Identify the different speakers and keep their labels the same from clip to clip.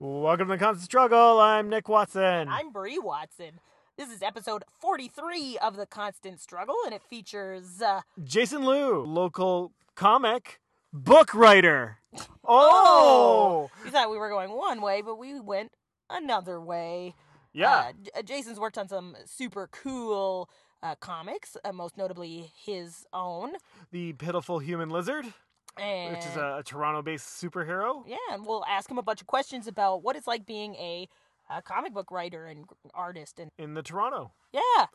Speaker 1: Welcome to the Constant Struggle. I'm Nick Watson.
Speaker 2: I'm Bree Watson. This is episode 43 of The Constant Struggle, and it features. Uh,
Speaker 1: Jason Liu, local comic, book writer. Oh,
Speaker 2: Oh! you thought we were going one way, but we went another way.
Speaker 1: yeah.
Speaker 2: Uh, J- uh, Jason's worked on some super cool uh, comics, uh, most notably his own.
Speaker 1: the Pitiful Human Lizard,
Speaker 2: And,
Speaker 1: which is uh, a, a Toronto-based superhero.
Speaker 2: Yeah, and we'll ask him a bunch of questions about what it's like being a, a comic book writer and artist. And
Speaker 1: in the Toronto,
Speaker 2: yeah.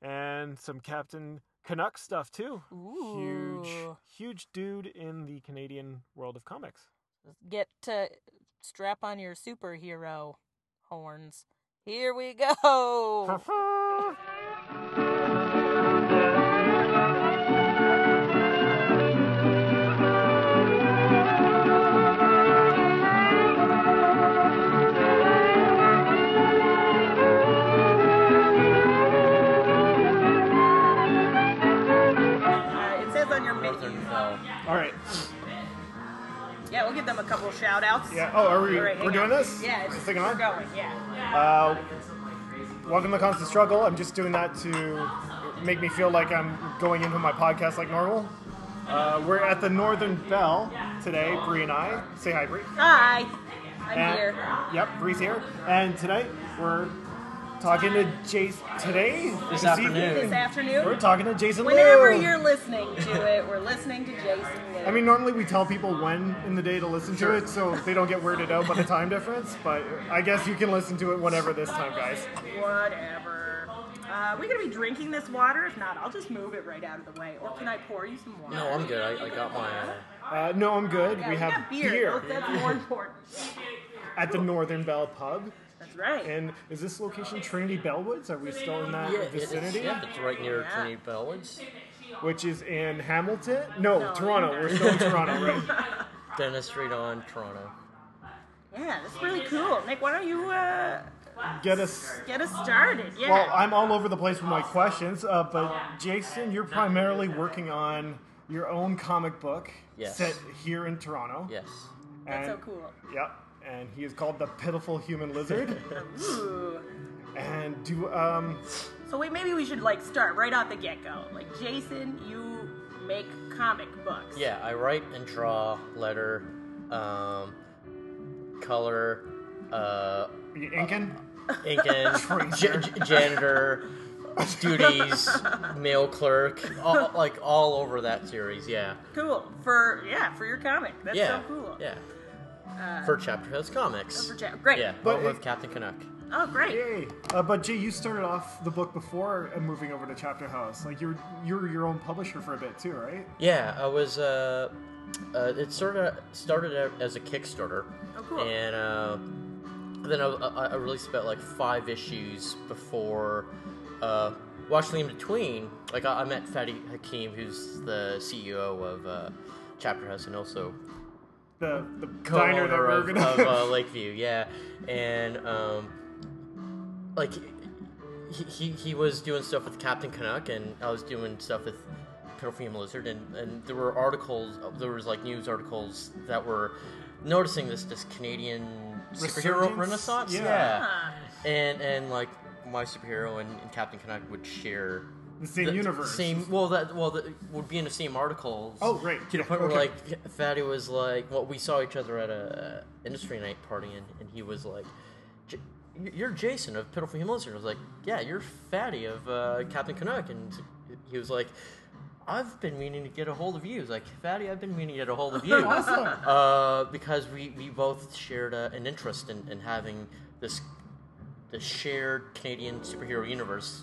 Speaker 1: and some Captain Canuck stuff too. Huge,
Speaker 2: Ooh.
Speaker 1: huge dude in the Canadian world of comics.
Speaker 2: get to strap on your superhero horns. Here we go. Uh, it says on your menu.
Speaker 3: All right.
Speaker 2: Yeah, we'll give them a couple shout outs.
Speaker 3: Yeah. Oh, are we?
Speaker 2: Right, hang
Speaker 3: we're doing
Speaker 2: on.
Speaker 3: this?
Speaker 2: Yeah, it's,
Speaker 3: We're
Speaker 2: we're
Speaker 3: sticking on.
Speaker 2: going. Yeah.
Speaker 3: Uh, welcome to Constant Struggle. I'm just doing that to make me feel like I'm going into my podcast like normal. Uh, we're at the Northern Bell today. Bree and I say hi, Bree.
Speaker 2: Hi, I'm
Speaker 3: And-
Speaker 2: here.
Speaker 3: Yep, Bree's here. And tonight we're talking to Jason. Today,
Speaker 4: This
Speaker 3: evening,
Speaker 4: afternoon.
Speaker 2: This afternoon,
Speaker 3: we're talking to Jason.
Speaker 2: whenever
Speaker 3: Liu.
Speaker 2: you're listening to it, we're listening to Jason. Liu.
Speaker 3: I mean, normally we tell people when in the day to listen to it, so they don't get weirded out by the time difference. But I guess you can listen to it whenever this time, guys.
Speaker 2: whatever. Uh, we gonna be drinking this water? If not, I'll just move it right out of the way. Or can I pour you some water?
Speaker 4: No, I'm good. I, I got my. Uh,
Speaker 3: Uh, no, I'm good.
Speaker 2: Yeah,
Speaker 3: we have
Speaker 2: got beer. Those- That's more important.
Speaker 3: at the Northern Bell Pub.
Speaker 2: That's right.
Speaker 3: And is this location Trinity Bellwoods? Are we still in that
Speaker 4: yeah, it is,
Speaker 3: vicinity?
Speaker 4: yeah, it's right near
Speaker 2: Yeah.
Speaker 4: Trinity Bellwoods.
Speaker 3: Which is in Hamilton? No,
Speaker 2: No,
Speaker 3: Toronto.
Speaker 2: no.
Speaker 3: We're still in Toronto, right?
Speaker 4: Dennis Street on Toronto.
Speaker 2: yeah, that's really cool. Nick, why don't you uh,
Speaker 3: Get us.
Speaker 2: get us started? Yeah.
Speaker 3: Well, I'm all over the place with my questions, uh, but Jason, you're primarily working on your own comic book
Speaker 4: Yes.
Speaker 3: set here in Toronto.
Speaker 4: Yes.
Speaker 2: that's so
Speaker 3: And-
Speaker 2: cool.
Speaker 3: Yep. And he is called the Pitiful Human Lizard.
Speaker 2: Ooh.
Speaker 3: and do um
Speaker 2: So wait, maybe we should like start right off the get go. Like Jason, you make comic books.
Speaker 4: Yeah, I write and draw, letter, um, color, uh,
Speaker 3: you inking?
Speaker 4: inking, j- j- janitor, duties, mail clerk, all, like all over that series. Yeah.
Speaker 2: Cool. For yeah, for your comic. That's
Speaker 4: yeah.
Speaker 2: so cool. Uh,
Speaker 4: Yeah. for Chapter House Comics.
Speaker 2: For Jack- Great.
Speaker 4: yeah,
Speaker 3: But
Speaker 4: but with
Speaker 3: it-
Speaker 4: Captain Canuck.
Speaker 2: Oh, great.
Speaker 3: Yay! Uh, but Jay, you started off the book before uh, moving over to Chapter House. Like you're you're your own publisher for a bit too, right?
Speaker 4: Yeah, I was. Uh, uh, it sort of started out as a Kickstarter,
Speaker 2: Oh, cool.
Speaker 4: and uh, then I, I, I released about like five issues before. Uh, well, actually, in between, like I, I met Fatty Hakim, who's the CEO of uh, Chapter House, and also
Speaker 3: The the diner
Speaker 4: co-owner
Speaker 3: that we're
Speaker 4: of,
Speaker 3: gonna.
Speaker 4: of uh, Lakeview, yeah, and um, like he, he he was doing stuff with Captain Canuck, and I was doing stuff with Perfume Lizard, and and there were articles, there was like news articles that were noticing this this Canadian superhero
Speaker 3: Resurgence?
Speaker 4: renaissance,
Speaker 3: Yeah.
Speaker 2: Ah,
Speaker 4: and and like my superhero and, and Captain Canuck would share
Speaker 3: the same
Speaker 4: the-
Speaker 3: universe.
Speaker 4: Same. Well, that well that would be in the same articles.
Speaker 3: Oh, right.
Speaker 4: To the
Speaker 3: Yeah,
Speaker 4: point where
Speaker 3: okay.
Speaker 4: like Fatty was like, well, we saw each other at a uh, industry night party, and, and he was like, "J- "You're Jason of Pitiful Human Lizard." I was like, "Yeah, you're Fatty of uh, Captain Canuck," and he was like. I've been meaning to get a hold of you. He's like, Fatty, I've been meaning to get a hold of you.
Speaker 3: Awesome.
Speaker 4: Uh, because we, we both shared uh, an interest in, in having this the shared Canadian superhero universe.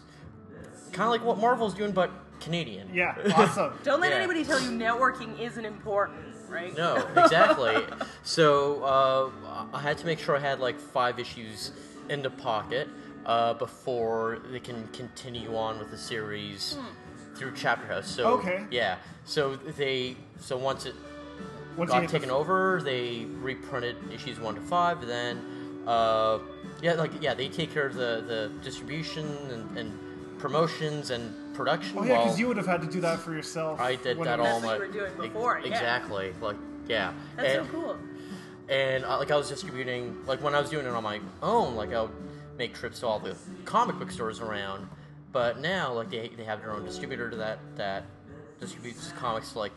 Speaker 4: Kind of like what Marvel's doing, but Canadian.
Speaker 3: Yeah, awesome.
Speaker 2: don't let
Speaker 4: Yeah.
Speaker 2: anybody tell you networking isn't important, right?
Speaker 4: No, exactly. so uh, I had to make sure I had like five issues in the pocket uh, before they can continue on with the series
Speaker 2: Hmm.
Speaker 4: through Chapter House. So
Speaker 3: Okay.
Speaker 4: yeah. So they so once it
Speaker 3: Once
Speaker 4: got
Speaker 3: you get
Speaker 4: taken over. They reprinted issues one to five. Then, uh, yeah, like yeah, they take care of the, the distribution and, and promotions and production.
Speaker 3: Oh yeah, because
Speaker 4: while
Speaker 3: you would have had to do that for yourself.
Speaker 4: I did
Speaker 3: when
Speaker 4: that
Speaker 3: it was-
Speaker 4: all
Speaker 2: That's what
Speaker 4: my
Speaker 2: you were doing before, yeah.
Speaker 4: exactly. Like yeah, Eh,
Speaker 2: That's
Speaker 4: And-
Speaker 2: so cool.
Speaker 4: and uh, like I was distributing, like when I was doing it on my own, like I would make trips to all the comic book stores around. But now, like they, they have their own distributor that that distributes comics to like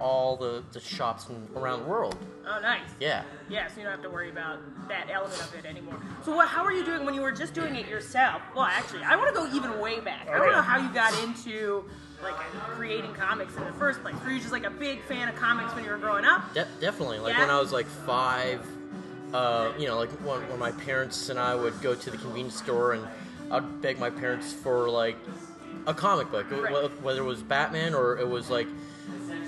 Speaker 4: all the, the shops in, around the world.
Speaker 2: Oh, nice.
Speaker 4: Yeah.
Speaker 2: Yeah, so you don't have to worry about that element of it anymore. So, what, how are you doing when you were just doing it yourself? Well, actually, I want to go even way back. I want to know how you got into like creating comics in the first place. Were you just like a big fan of comics when you were growing up?
Speaker 4: De- definitely. Like
Speaker 2: Yeah.
Speaker 4: when I was like five, uh, you know, like when, when my parents and I would go to the convenience store and I'd beg my parents for like a comic book, wh-
Speaker 2: Right.
Speaker 4: wh- whether it was Batman or it was like.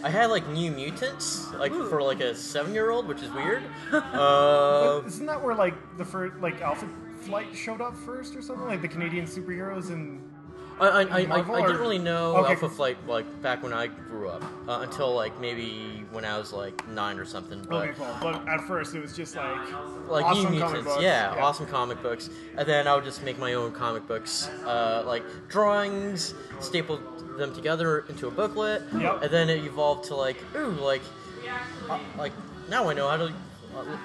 Speaker 4: I had like New Mutants, like
Speaker 2: Ooh.
Speaker 4: for like a seven-year-old, which is weird. uh,
Speaker 3: Isn't that where like the first like Alpha Flight showed up first or something? Like the Canadian superheroes and
Speaker 4: I, I, I, I,
Speaker 3: Marvel
Speaker 4: I didn't
Speaker 3: or-
Speaker 4: really know
Speaker 3: Okay.
Speaker 4: Alpha Flight like back when I grew up uh, until like maybe when I was like nine or something. But
Speaker 3: okay, cool. But at first it was just like
Speaker 4: like
Speaker 3: awesome comic
Speaker 4: New Mutants,
Speaker 3: books.
Speaker 4: yeah, awesome comic books. And then I would just make my own comic books, uh, like drawings, staple them together into a booklet,
Speaker 3: Yep.
Speaker 4: and then it evolved to like ooh, like uh, like now I know how to.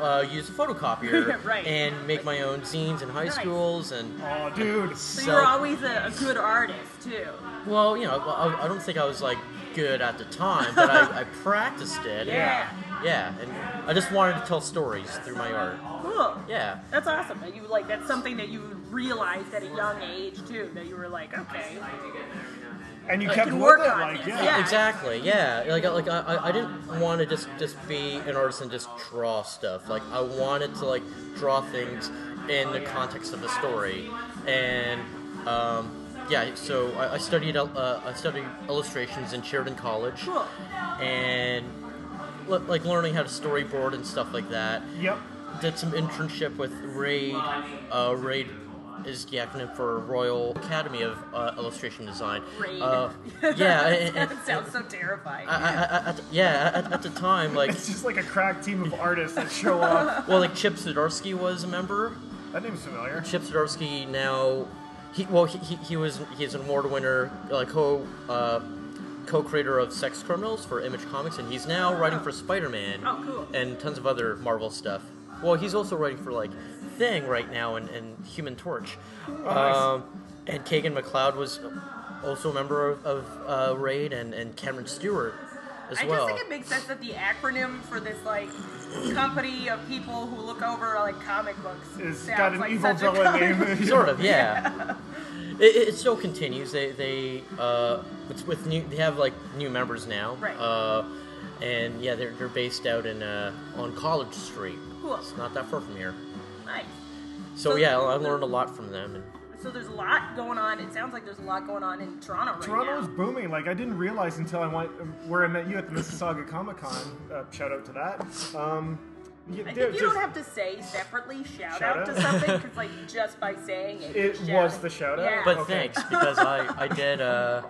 Speaker 4: Uh, use a photocopier
Speaker 2: Right.
Speaker 4: and make my own zines in high
Speaker 2: Nice.
Speaker 4: schools and
Speaker 3: Oh, dude.
Speaker 2: So, you were always a, a good artist, too.
Speaker 4: Well, you know, I, I don't think I was like good at the time, but I, I practiced it.
Speaker 2: Yeah.
Speaker 4: Yeah, and I just wanted to tell stories through my art.
Speaker 2: Cool.
Speaker 4: Yeah.
Speaker 2: That's awesome. That you like that's something that you realized at a young age too. That you were like, okay,
Speaker 3: And you
Speaker 2: I
Speaker 3: kept
Speaker 2: can
Speaker 3: with
Speaker 2: work
Speaker 3: it,
Speaker 2: on
Speaker 3: like
Speaker 2: this.
Speaker 3: yeah.
Speaker 2: Yeah.
Speaker 4: Exactly. Yeah. Like, I- like I, I- I didn't want to just just be an artist and just draw stuff. Like, I wanted to like draw things in the context of a story, and um, yeah. So I, I studied uh, I studied illustrations in Sheridan College,
Speaker 2: cool.
Speaker 4: and le- like learning how to storyboard and stuff like that.
Speaker 3: Yep.
Speaker 4: did some internship with RAID. Uh, RAID is the acronym for Royal Academy of uh, Illustration Design.
Speaker 2: Raid.
Speaker 4: Uh, yeah, and- and-
Speaker 2: that sounds so terrifying.
Speaker 4: I, I, I, at, yeah. At, at the time, like,
Speaker 3: It's just like a crack team of artists that show up.
Speaker 4: well, like Chip Zdarsky was a member.
Speaker 3: That name's familiar.
Speaker 4: Chip Zdarsky now, he well, he, he, he was he's an award winner, like co uh, co-creator of Sex Criminals for Image Comics, and he's now writing for Spider-Man
Speaker 2: Oh, cool.
Speaker 4: and tons of other Marvel stuff. Well, he's also writing for like Thing right now and, and Human Torch.
Speaker 2: Oh,
Speaker 4: Um, and Kagan McLeod was also a member of, of uh, Raid and, and Cameron Stewart as
Speaker 2: I
Speaker 4: well.
Speaker 2: just think it makes sense that the acronym for this like company of people who look over like comic books
Speaker 3: It's
Speaker 2: sounds
Speaker 3: got an
Speaker 2: like
Speaker 3: evil
Speaker 2: such a
Speaker 3: villain
Speaker 2: comic-
Speaker 3: name.
Speaker 4: sort of yeah it, it- it still continues they they uh with, with new they have like new members now
Speaker 2: Right.
Speaker 4: uh and yeah they're, they're based out in uh on college street
Speaker 2: Cool.
Speaker 4: it's not that far from here
Speaker 2: Nice.
Speaker 4: so,
Speaker 2: So-
Speaker 4: yeah i learned a lot from them and
Speaker 2: So there's a lot going on. It sounds like there's a lot going on in Toronto right
Speaker 3: Toronto's
Speaker 2: now.
Speaker 3: booming. Like I didn't realize until I went where I met you at the Mississauga Comic Con. Uh, shout out to that. Um, yeah,
Speaker 2: I
Speaker 3: dude,
Speaker 2: think you
Speaker 3: just-
Speaker 2: don't have to say separately shout,
Speaker 3: Shout
Speaker 2: out, to
Speaker 3: out?
Speaker 2: something because like just by saying it,
Speaker 3: It
Speaker 2: you're
Speaker 3: was
Speaker 2: shouting.
Speaker 3: the shout out?
Speaker 2: Yeah.
Speaker 4: but
Speaker 3: Okay.
Speaker 4: thanks because i i did uh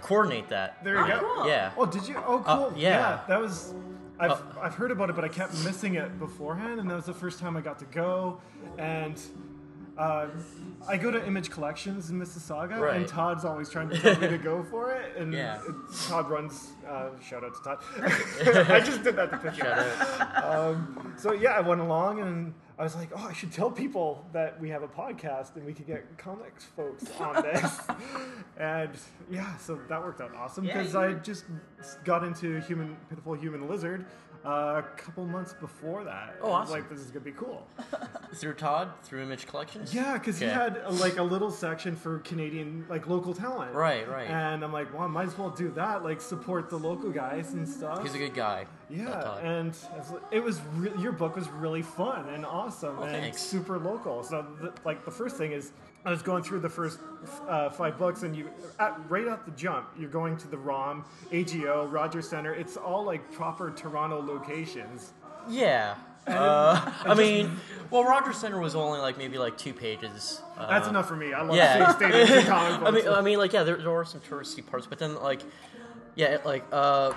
Speaker 4: coordinate that
Speaker 3: There you
Speaker 2: Oh,
Speaker 3: go.
Speaker 2: cool.
Speaker 4: yeah
Speaker 3: Oh, did you? Oh,
Speaker 4: Uh,
Speaker 3: cool.
Speaker 4: yeah.
Speaker 3: that was. I've,
Speaker 4: Uh,
Speaker 3: I've heard about it, but I kept missing it beforehand, and that was the first time I got to go. And uh, I go to Image Collections in Mississauga,
Speaker 4: Right.
Speaker 3: and Todd's always trying to tell me to go for it. And
Speaker 4: Yeah.
Speaker 3: it- Todd runs. Uh, shout out to Todd. I just did that to pick you
Speaker 4: Shout
Speaker 3: up.
Speaker 4: out.
Speaker 3: So yeah, I went along and I was like, oh, I should tell people that we have a podcast and we could get comics folks on this. and yeah, so that worked out awesome
Speaker 2: Yeah,
Speaker 3: because
Speaker 2: you
Speaker 3: I
Speaker 2: were-
Speaker 3: just got into Human Pitiful Human Lizard uh, a couple months before that.
Speaker 4: Oh,
Speaker 3: I was
Speaker 4: awesome.
Speaker 3: Like this is gonna be cool.
Speaker 4: through todd through image collections
Speaker 3: Yeah, because he
Speaker 4: Okay.
Speaker 3: had uh, like a little section for Canadian, like local talent.
Speaker 4: Right, right.
Speaker 3: And I'm like, well, I might as well do that. Like support the local guys and stuff.
Speaker 4: he's a good guy uh,
Speaker 3: Yeah,
Speaker 4: Todd.
Speaker 3: and it's- it was re- your book was really fun and awesome and
Speaker 4: Oh, thanks.
Speaker 3: super local. So, the, like the first thing is, I was going through the first uh, five books, and you at, right at the jump, you're going to the ROM, AGO, Rogers Center. It's all like proper Toronto locations.
Speaker 4: Yeah. Uh, I mean, well, Roger Center was only like maybe like two pages. Uh,
Speaker 3: That's enough for me. I love
Speaker 4: yeah.
Speaker 3: state agency comic
Speaker 4: I mean, um,
Speaker 3: books.
Speaker 4: I mean, like yeah, there, there are some touristy parts, but then like, yeah, it, like uh,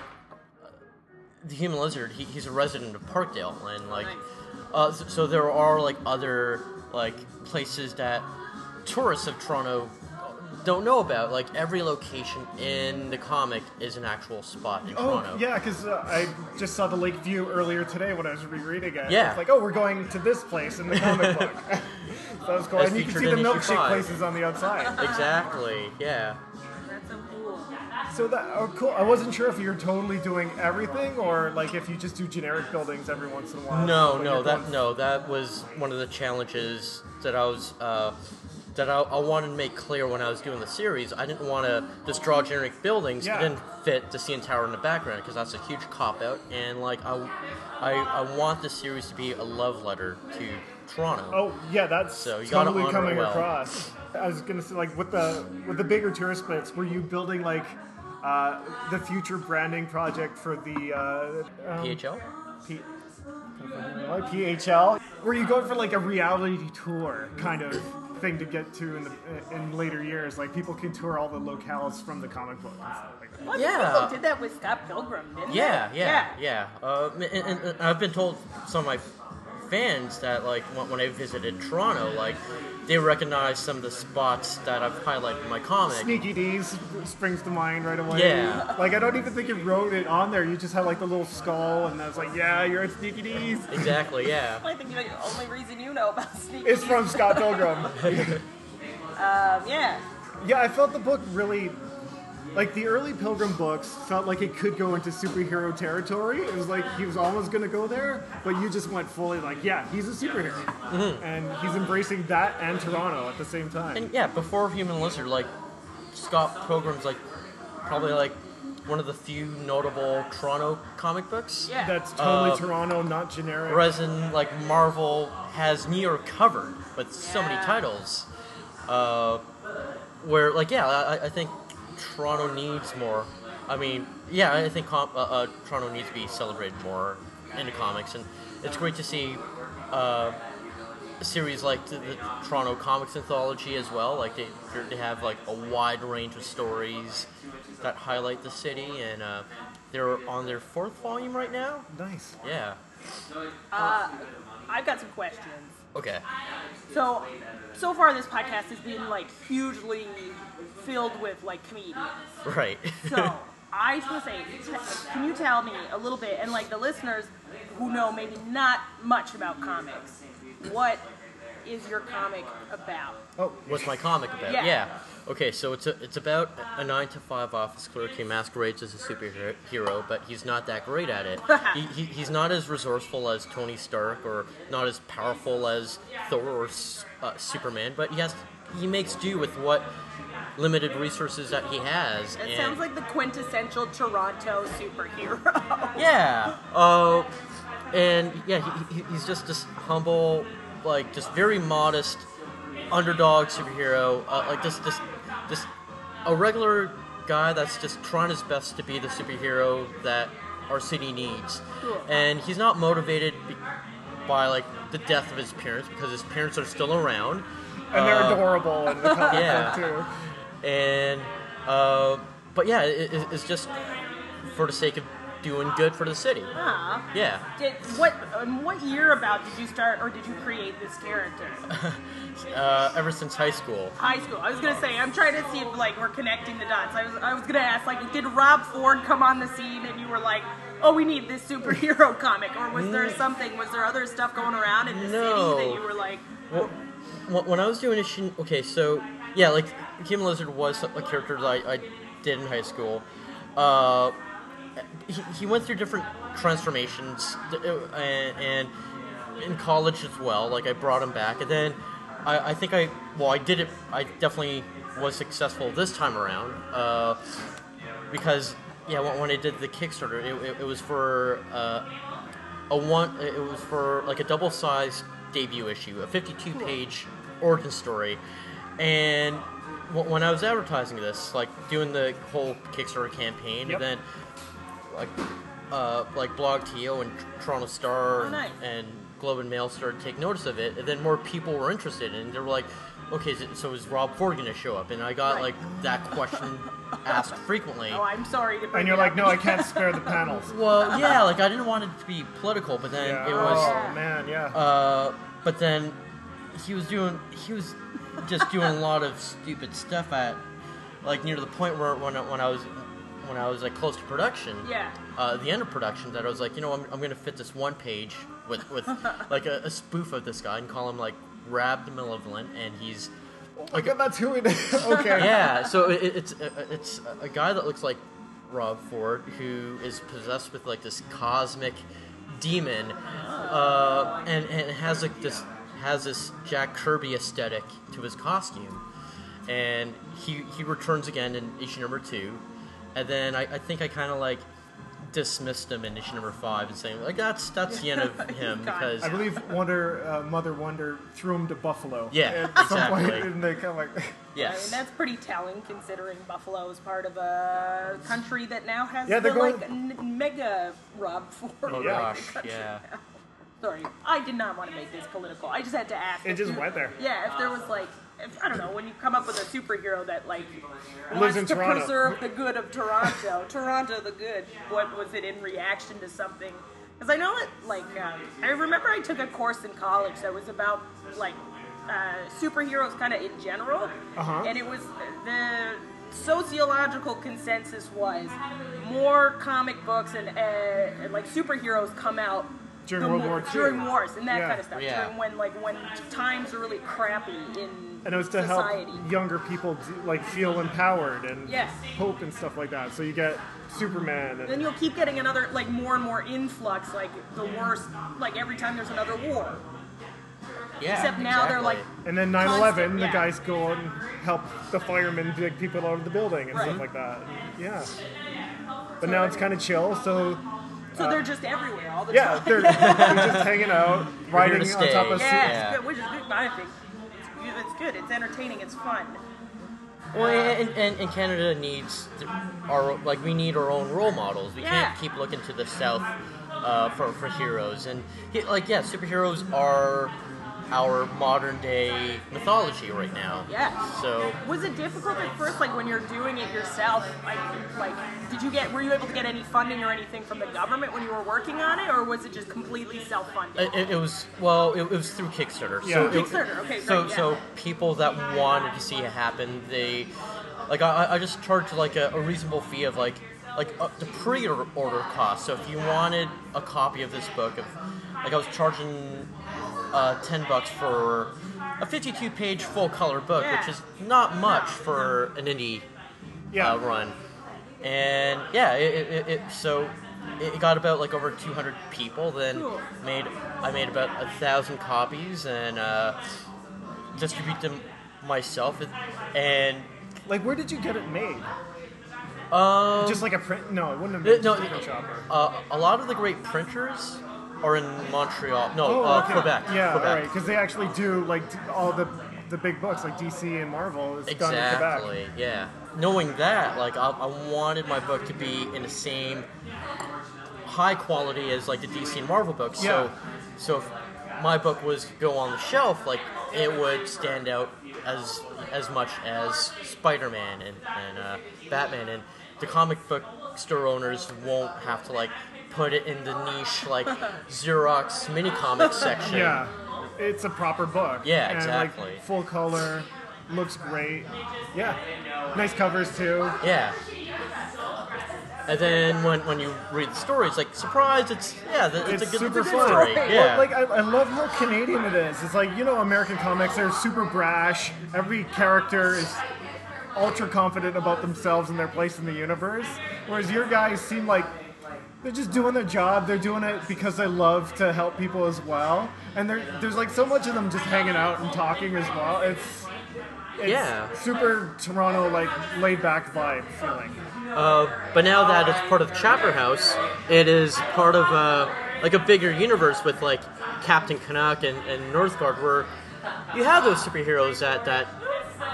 Speaker 4: the Human Lizard, he, he's a resident of Parkdale, and like,
Speaker 2: Nice.
Speaker 4: uh, so, so there are like other like places that tourists of Toronto don't know about. Like every location in the comic is an actual spot in
Speaker 3: Oh
Speaker 4: Toronto.
Speaker 3: yeah, because uh, I just saw the Lake View earlier today when I was rereading it.
Speaker 4: Yeah.
Speaker 3: it's like oh, we're going to this place in the comic book. so that was cool,
Speaker 4: As
Speaker 3: and you can
Speaker 4: featured
Speaker 3: see the
Speaker 4: in issue
Speaker 3: milkshake
Speaker 4: five.
Speaker 3: places on the outside.
Speaker 4: Exactly. Yeah.
Speaker 2: That's so cool.
Speaker 3: So that oh cool. I wasn't sure if you're totally doing everything or like if you just do generic buildings every once in a while.
Speaker 4: No,
Speaker 3: But
Speaker 4: no,
Speaker 3: you're
Speaker 4: that
Speaker 3: going-
Speaker 4: no, that was one of the challenges that I was uh, that I, I wanted to make clear when I was doing the series. I didn't want to just draw generic buildings.
Speaker 3: Yeah.
Speaker 4: It didn't fit the CN Tower in the background because that's a huge cop out, and like I, I, I want the series to be a love letter to Toronto.
Speaker 3: Oh yeah, that's
Speaker 4: So you gotta
Speaker 3: totally
Speaker 4: honor it
Speaker 3: coming
Speaker 4: well.
Speaker 3: across. I was gonna say like with the with the bigger tourist bits, were you building like uh, the future branding project for the uh, um,
Speaker 4: PHL.
Speaker 3: P- like PHL, where you go for like a reality tour kind of thing to get to in the in later years. Like people can tour all the locales from the comic book. And stuff like that.
Speaker 2: Well,
Speaker 4: Yeah.
Speaker 2: yeah. did that with Scott Pilgrim, didn't
Speaker 4: Yeah,
Speaker 2: they?
Speaker 4: yeah, yeah. Uh, and, and, and I've been told some of my fans that like when when I visited Toronto, like they recognize some of the spots that I've highlighted in my comic.
Speaker 3: Sneaky D's springs to mind right away.
Speaker 4: Yeah.
Speaker 3: Like I don't even think you wrote it on there. You just had like the little skull, and I was like, yeah, you're at Sneaky D's.
Speaker 4: Exactly. Yeah.
Speaker 2: I think the only reason you know about sneaky
Speaker 3: It's from Scott Pilgrim.
Speaker 2: Um, yeah.
Speaker 3: Yeah, I felt the book really like the early Pilgrim books felt like it could go into superhero territory. It was like he was almost going to go there, but you just went fully like, yeah, he's a superhero,
Speaker 4: Mm-hmm.
Speaker 3: and he's embracing that and Toronto at the same time.
Speaker 4: And yeah, before Human Lizard, like Scott Pilgrim's like probably like one of the few notable Toronto comic books.
Speaker 2: Yeah.
Speaker 3: That's totally
Speaker 4: Uh,
Speaker 3: Toronto, not generic.
Speaker 4: Whereas in like Marvel has New York covered with so many
Speaker 2: Yeah.
Speaker 4: titles. Uh, where like yeah, I, I- I think Toronto needs more. I mean, yeah, I think com- uh, uh, Toronto needs to be celebrated more in the comics, and it's great to see uh, series like the, the Toronto Comics Anthology as well. Like they they have like a wide range of stories that highlight the city, and uh, they're on their fourth volume right now.
Speaker 3: Nice.
Speaker 4: Yeah.
Speaker 2: I've got some questions.
Speaker 4: Okay.
Speaker 2: So, so far this podcast has been like hugely filled with like comedians.
Speaker 4: Right.
Speaker 2: So I was gonna say, t- can you tell me a little bit, and like the listeners who know maybe not much about comics, what is your comic about?
Speaker 4: What's my comic about?
Speaker 2: Yeah.
Speaker 4: Yeah. Okay, so it's a, it's about a nine to five office clerk. He masquerades as a superhero, but he's not that great at it. he, he, he's not as resourceful as Tony Stark, or not as powerful as Thor or S- uh, Superman. But he has he makes do with what limited resources that he has.
Speaker 2: That
Speaker 4: and
Speaker 2: sounds like the quintessential Toronto superhero.
Speaker 4: Yeah. Uh, and yeah, he, he, he's just this humble, like just very modest underdog superhero. Uh, like this, this, this, a regular guy that's just trying his best to be the superhero that our city needs. And he's not motivated be- by like the death of his parents because his parents are still around.
Speaker 3: And they're adorable in the comic
Speaker 4: Uh, yeah.
Speaker 3: book
Speaker 4: and uh, but yeah, it, it- it's just for the sake of doing good for the city.
Speaker 2: Huh.
Speaker 4: Yeah.
Speaker 2: Did, what um, what year about did you start or did you create this character?
Speaker 4: uh, ever since high school.
Speaker 2: High school. I was gonna say I'm trying to see if like we're connecting the dots. I was I was gonna ask like did Rob Ford come on the scene and you were like oh we need this superhero comic or was there something was there other stuff going around in the
Speaker 4: No.
Speaker 2: city that you were like
Speaker 4: Well, when when I was doing a shin, okay, so yeah, like Kim Lizard was a character that I, I did in high school. Uh, he, he went through different transformations, th- uh, and, and in college as well. Like I brought him back, and then I, I think I well I did it. I definitely was successful this time around. Uh, because yeah, when, when I did the Kickstarter, it, it, it was for uh, a one. It was for like a double-sized debut issue, a 52-page origin story, and wh- when I was advertising this, like doing the whole Kickstarter campaign,
Speaker 3: Yep.
Speaker 4: and then like uh, like Blog TO and Toronto Star
Speaker 2: Oh, nice.
Speaker 4: and, and Globe and Mail started to take notice of it, and then more people were interested, and they were like, "Okay, is it- so is Rob Ford going to show up?" And I got
Speaker 2: Right.
Speaker 4: like that question asked frequently.
Speaker 2: oh I'm sorry to
Speaker 3: too.
Speaker 2: bring
Speaker 3: And you're
Speaker 2: it
Speaker 3: like,
Speaker 2: up."
Speaker 3: no, I can't spare the panels.
Speaker 4: Well, yeah, like I didn't want it to be political, but then
Speaker 3: Yeah.
Speaker 4: it was.
Speaker 3: Oh man, yeah.
Speaker 4: Uh, but then he was doing he was just doing a lot of stupid stuff at like near the point where when I, when I was when I was like close to production,
Speaker 2: Yeah.
Speaker 4: uh, the end of production, that I was like, you know, I'm, I'm gonna fit this one page with with like a, a spoof of this guy and call him like Rab the Malevolent, and he's
Speaker 3: Like, that's who it is. okay.
Speaker 4: yeah, so it, it- it's a- it's a guy that looks like Rob Ford who is possessed with like this cosmic demon, uh, and and has like this has this Jack Kirby aesthetic to his costume, and he he returns again in issue number two, and then I, I think I kind of like dismissed him in issue number five and saying like that's that's the end of him
Speaker 2: He's gone.
Speaker 4: because
Speaker 3: I believe Wonder uh, Mother Wonder threw him to Buffalo.
Speaker 4: Yeah,
Speaker 3: At some point,
Speaker 4: exactly.
Speaker 3: and they kind of like.
Speaker 2: I mean,
Speaker 4: yes.
Speaker 2: that's pretty telling considering Buffalo is part of a country that now has
Speaker 3: Yeah,
Speaker 2: the
Speaker 3: they're going-
Speaker 2: like n- mega Rob Ford.
Speaker 4: Oh
Speaker 3: Yeah.
Speaker 4: gosh, yeah.
Speaker 2: Sorry, I did not want to make this political. I just had to ask.
Speaker 3: It
Speaker 2: if
Speaker 3: just
Speaker 2: you-
Speaker 3: went there.
Speaker 2: Yeah, if there was like, if, I don't know, when you come up with a superhero that like
Speaker 3: Lives
Speaker 2: wants
Speaker 3: in
Speaker 2: to
Speaker 3: Toronto.
Speaker 2: preserve the good of Toronto, Toronto the good. What was it in reaction to something? Because I know it. Like uh, I remember I took a course in college that was about like uh, superheroes kind of in general,
Speaker 3: Uh-huh.
Speaker 2: and it was the sociological consensus was more comic books and, uh, and like superheroes come out
Speaker 3: During
Speaker 2: the
Speaker 3: World
Speaker 2: mo-
Speaker 3: War II.
Speaker 2: during wars and that
Speaker 3: Yeah.
Speaker 2: kind of stuff.
Speaker 4: Yeah.
Speaker 2: During when like when times are really crappy in
Speaker 3: And it was to
Speaker 2: society.
Speaker 3: help younger people d- like feel empowered and
Speaker 2: Yes.
Speaker 3: hope and stuff like that. So you get Superman and
Speaker 2: Then you'll keep getting another like more and more influx, like the worst, like every time there's another war.
Speaker 4: yeah.
Speaker 2: Except now they're like
Speaker 4: exactly.
Speaker 3: And then 9 11, the
Speaker 2: Constant, yeah.
Speaker 3: guys go out and help the firemen dig people out of the building and stuff
Speaker 2: Right.
Speaker 3: like that. Yeah. But now it's kind of chill, so
Speaker 2: So
Speaker 4: Uh,
Speaker 2: they're just everywhere all the
Speaker 3: yeah,
Speaker 2: time.
Speaker 3: they're, they're just hanging out, riding
Speaker 4: to
Speaker 3: on top of.
Speaker 4: stay.
Speaker 2: yeah,
Speaker 4: Yeah.
Speaker 2: It's good, which is good. I think it's, good- it's good. It's entertaining. It's fun.
Speaker 4: Well, and, and, and Canada needs to, our like we need our own role models. We
Speaker 2: Yeah.
Speaker 4: can't keep looking to the south uh, for for heroes. And he- like yeah, superheroes are our modern day mythology right now.
Speaker 2: Yeah.
Speaker 4: So
Speaker 2: Was it difficult at first, like when you're doing it yourself? Like, like, did you get? Were you able to get any funding or anything from the government when you were working on it, or was it just completely self-funded?
Speaker 4: it, it- it was well, it, it was through Kickstarter.
Speaker 3: Yeah.
Speaker 4: So it-
Speaker 2: Kickstarter, okay,
Speaker 4: So
Speaker 2: great, yeah.
Speaker 4: so people that wanted to see it happen, they like I, I- I just charged like a, a reasonable fee of like like uh, the pre-order cost. So if you wanted a copy of this book, of like I was charging uh, ten bucks for a 52-page full-color book,
Speaker 2: Yeah.
Speaker 4: which is not much for an indie
Speaker 3: Yeah.
Speaker 4: uh, run. And yeah, it, it, it, it so it it got about like over 200 people. Then
Speaker 2: Cool.
Speaker 4: made I made about a thousand copies and uh, distribute them myself. And
Speaker 3: Like, where did you get it made?
Speaker 4: um,
Speaker 3: Just like a print? No, it wouldn't have
Speaker 4: Uh,
Speaker 3: been
Speaker 4: no,
Speaker 3: just a print shop. or-
Speaker 4: uh, a lot of the great printers are in Montreal. No, uh,
Speaker 3: Oh, okay.
Speaker 4: Quebec.
Speaker 3: Yeah,
Speaker 4: Quebec.
Speaker 3: all right, because they actually do like d- all the the big books like DC and Marvel is done in Quebec.
Speaker 4: Exactly. Yeah. Knowing that, like, I, I wanted my book to be in the same high quality as like the DC and Marvel books.
Speaker 3: Yeah.
Speaker 4: So, so if my book was to go on the shelf, like, it would stand out as as much as Spider Man and and uh, Batman and the comic book store owners won't have to like put it in the niche like Xerox mini comic section.
Speaker 3: Yeah, it's a proper book.
Speaker 4: Yeah,
Speaker 3: and,
Speaker 4: exactly.
Speaker 3: Like, full color, looks great. Yeah, nice covers too.
Speaker 4: Yeah. And then when, when you read the story, it's like surprise. It's yeah, the, it's,
Speaker 3: It's,
Speaker 4: a good,
Speaker 3: super
Speaker 4: it's a good
Speaker 3: fun.
Speaker 4: story.
Speaker 3: Well,
Speaker 4: Yeah,
Speaker 3: like I, I love how Canadian it is. It's like you know American comics are super brash. Every character is ultra confident about themselves and their place in the universe. Whereas your guys seem like they're just doing their job. They're doing it because they love to help people as well. And there- there's like so much of them just hanging out and talking as well. It's, it's
Speaker 4: Yeah.
Speaker 3: super Toronto like laid back vibe feeling.
Speaker 4: but now that it's part of Chapter House, it is part of a like a bigger universe with like Captain Canuck and, and Northgard, where you have those superheroes that that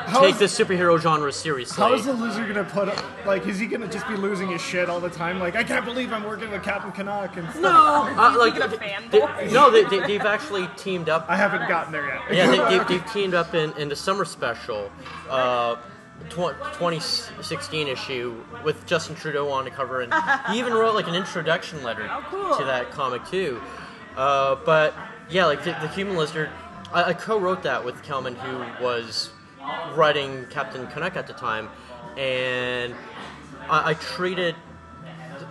Speaker 3: How is-
Speaker 4: take the superhero genre seriously.
Speaker 3: How is the loser gonna put up? Like, is he gonna just be losing his shit all the time? Like, I can't believe I'm working with Captain Canuck and stuff.
Speaker 4: no, uh, like
Speaker 2: Speaking of
Speaker 4: they-
Speaker 2: fanboys.
Speaker 4: no, they, they, they've actually teamed up
Speaker 3: I haven't gotten there yet.
Speaker 4: Yeah, they, they, they've teamed up in, in the summer special, uh, tw- 2016 issue with Justin Trudeau on the cover, and he even wrote like an introduction letter
Speaker 2: Oh, cool.
Speaker 4: to that comic too. Uh, but yeah, like the, the Human Lizard, I, I co-wrote that with Kelman, who was writing Captain Canuck at the time, and I, I treated.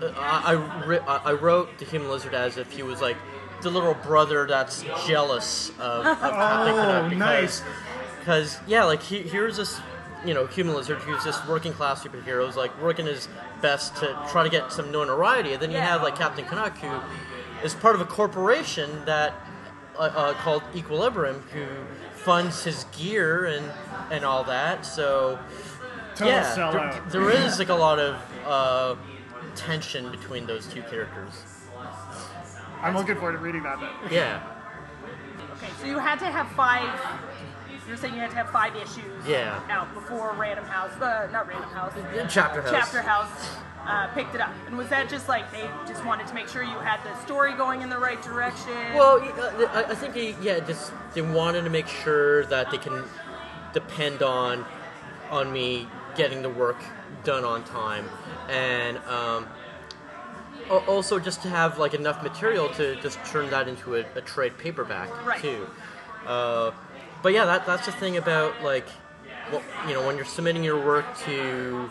Speaker 4: I, I, ri- I I wrote the human lizard as if he was like the little brother that's jealous of, of Captain
Speaker 3: Oh,
Speaker 4: Canuck because
Speaker 3: nice.
Speaker 4: because yeah, like he, here's this you know human lizard who's this working class superhero who's like working his best to try to get some notoriety. And then you
Speaker 2: Yeah.
Speaker 4: have like Captain Canuck who is part of a corporation that uh, uh, called Equilibrium who funds his gear and and all that. So
Speaker 3: Total
Speaker 4: yeah, there,
Speaker 3: sellout.
Speaker 4: there is like a lot of uh, tension between those two characters.
Speaker 3: I'm looking forward to reading that. Bit.
Speaker 4: Yeah,
Speaker 2: Okay, so you had to have five. You're saying you had to have five issues
Speaker 4: Yeah.
Speaker 2: out before Random House, uh, not Random House,
Speaker 4: Chapter House.
Speaker 2: Chapter House uh, picked it up. And was that just like they just wanted to make sure you had the story going in the right direction?
Speaker 4: Well, y- uh, th- I I think they, yeah, just they wanted to make sure that they can depend on on me getting the work done on time, and um, al- also just to have like enough material to just turn that into a, a trade paperback
Speaker 2: Right.
Speaker 4: too. Uh, but yeah, that, that's the thing about like, well, you know, when you're submitting your work to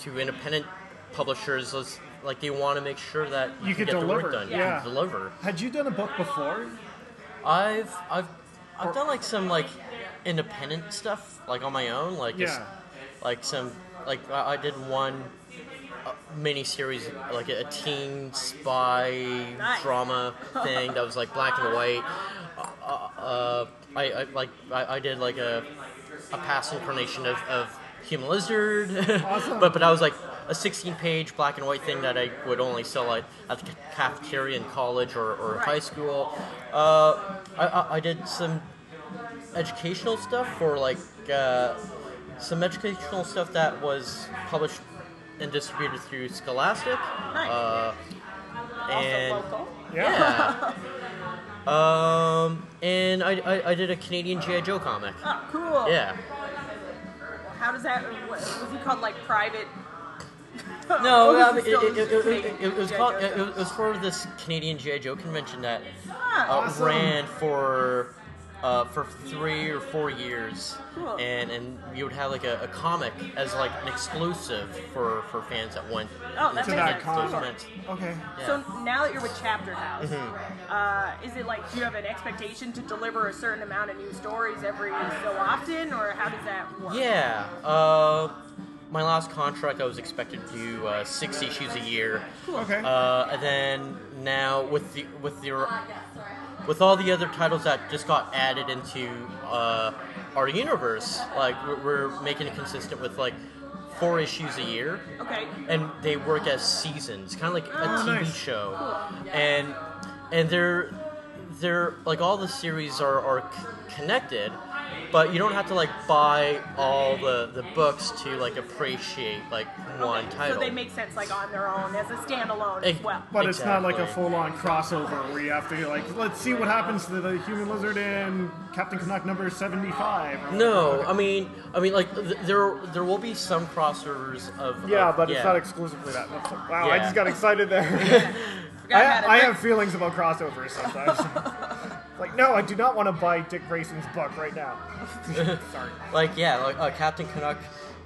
Speaker 4: to independent publishers, it's like they want to make sure that you,
Speaker 3: You
Speaker 4: can
Speaker 3: can
Speaker 4: get the
Speaker 3: deliver,
Speaker 4: work done, you
Speaker 3: yeah.
Speaker 4: can deliver.
Speaker 3: Had you done a book before?
Speaker 4: I've I've I've done like some like independent stuff like on my own like just
Speaker 3: Yeah.
Speaker 4: like some like I, I did one uh, mini series like a, teen spy
Speaker 2: Nice.
Speaker 4: drama thing that was like black and white. Uh, uh, I, I like I, I did like a a past incarnation of, of Human Lizard,
Speaker 3: Awesome.
Speaker 4: but but I was like a 16 page black and white thing that I would only sell at, at the cafeteria in college or, or high school. Uh, I, I, I did some educational stuff for like uh, some educational stuff that was published and distributed through Scholastic.
Speaker 2: Nice.
Speaker 4: Uh,
Speaker 2: also
Speaker 4: and
Speaker 2: local.
Speaker 3: Yeah.
Speaker 4: yeah. um, and I, I, I did a Canadian GI Joe comic.
Speaker 2: Oh, cool.
Speaker 4: Yeah.
Speaker 2: How does that? What, was he called like private?
Speaker 4: No,
Speaker 2: Or
Speaker 4: I
Speaker 2: was
Speaker 4: mean,
Speaker 2: it
Speaker 4: it,
Speaker 2: still
Speaker 4: it, it,
Speaker 2: just
Speaker 4: it-
Speaker 2: making
Speaker 4: it was
Speaker 2: G.I.
Speaker 4: called,
Speaker 2: Joe
Speaker 4: it,
Speaker 2: stuff?
Speaker 4: it was for this Canadian GI Joe convention that uh,
Speaker 2: Ah,
Speaker 3: awesome.
Speaker 4: ran for uh, for three or four years,
Speaker 2: Cool.
Speaker 4: and and you would have like a, a comic as like an exclusive for, for fans that went
Speaker 2: Oh, that
Speaker 4: to
Speaker 2: makes
Speaker 4: that
Speaker 2: sense.
Speaker 4: those
Speaker 2: Cool.
Speaker 4: events.
Speaker 3: Okay.
Speaker 4: Yeah. Mm-hmm.
Speaker 2: So now that you're with Chapter House, uh, is it like do you have an expectation to deliver a certain amount of new stories every so often, or how does that work?
Speaker 4: Yeah. Uh, my last contract, I was expected to do uh, six issues a year.
Speaker 3: Okay.
Speaker 4: Uh, and then now with the with the with all the other titles that just got added into uh, our universe, like we're, we're making it consistent with like four issues a year,
Speaker 2: Okay.
Speaker 4: and they work as seasons, kind of like a
Speaker 2: Ah,
Speaker 3: Oh,
Speaker 4: TV
Speaker 3: nice.
Speaker 4: show, and and they're they're like all the series are are c- connected, but you don't have to like buy all the the books to like appreciate like one
Speaker 2: Okay,
Speaker 4: title.
Speaker 2: So they make sense like on their own as a standalone as
Speaker 4: Ex-
Speaker 2: well.
Speaker 3: But it's not like a
Speaker 4: Exactly.
Speaker 3: full-on crossover where you have to like, let's see what happens to the Human Lizard and Captain Canuck number seventy-five.
Speaker 4: No, I mean, I mean, like th- there, there will be some crossovers of.
Speaker 3: Yeah,
Speaker 4: of-
Speaker 3: but it's not exclusively that. Wow, I
Speaker 4: Yeah.
Speaker 3: just got excited there.
Speaker 2: Forgot about it.
Speaker 3: I, I have feelings about crossovers sometimes. like, no, I do not want to buy Dick Grayson's book right now. Sorry.
Speaker 4: like yeah, like uh, Captain Canuck.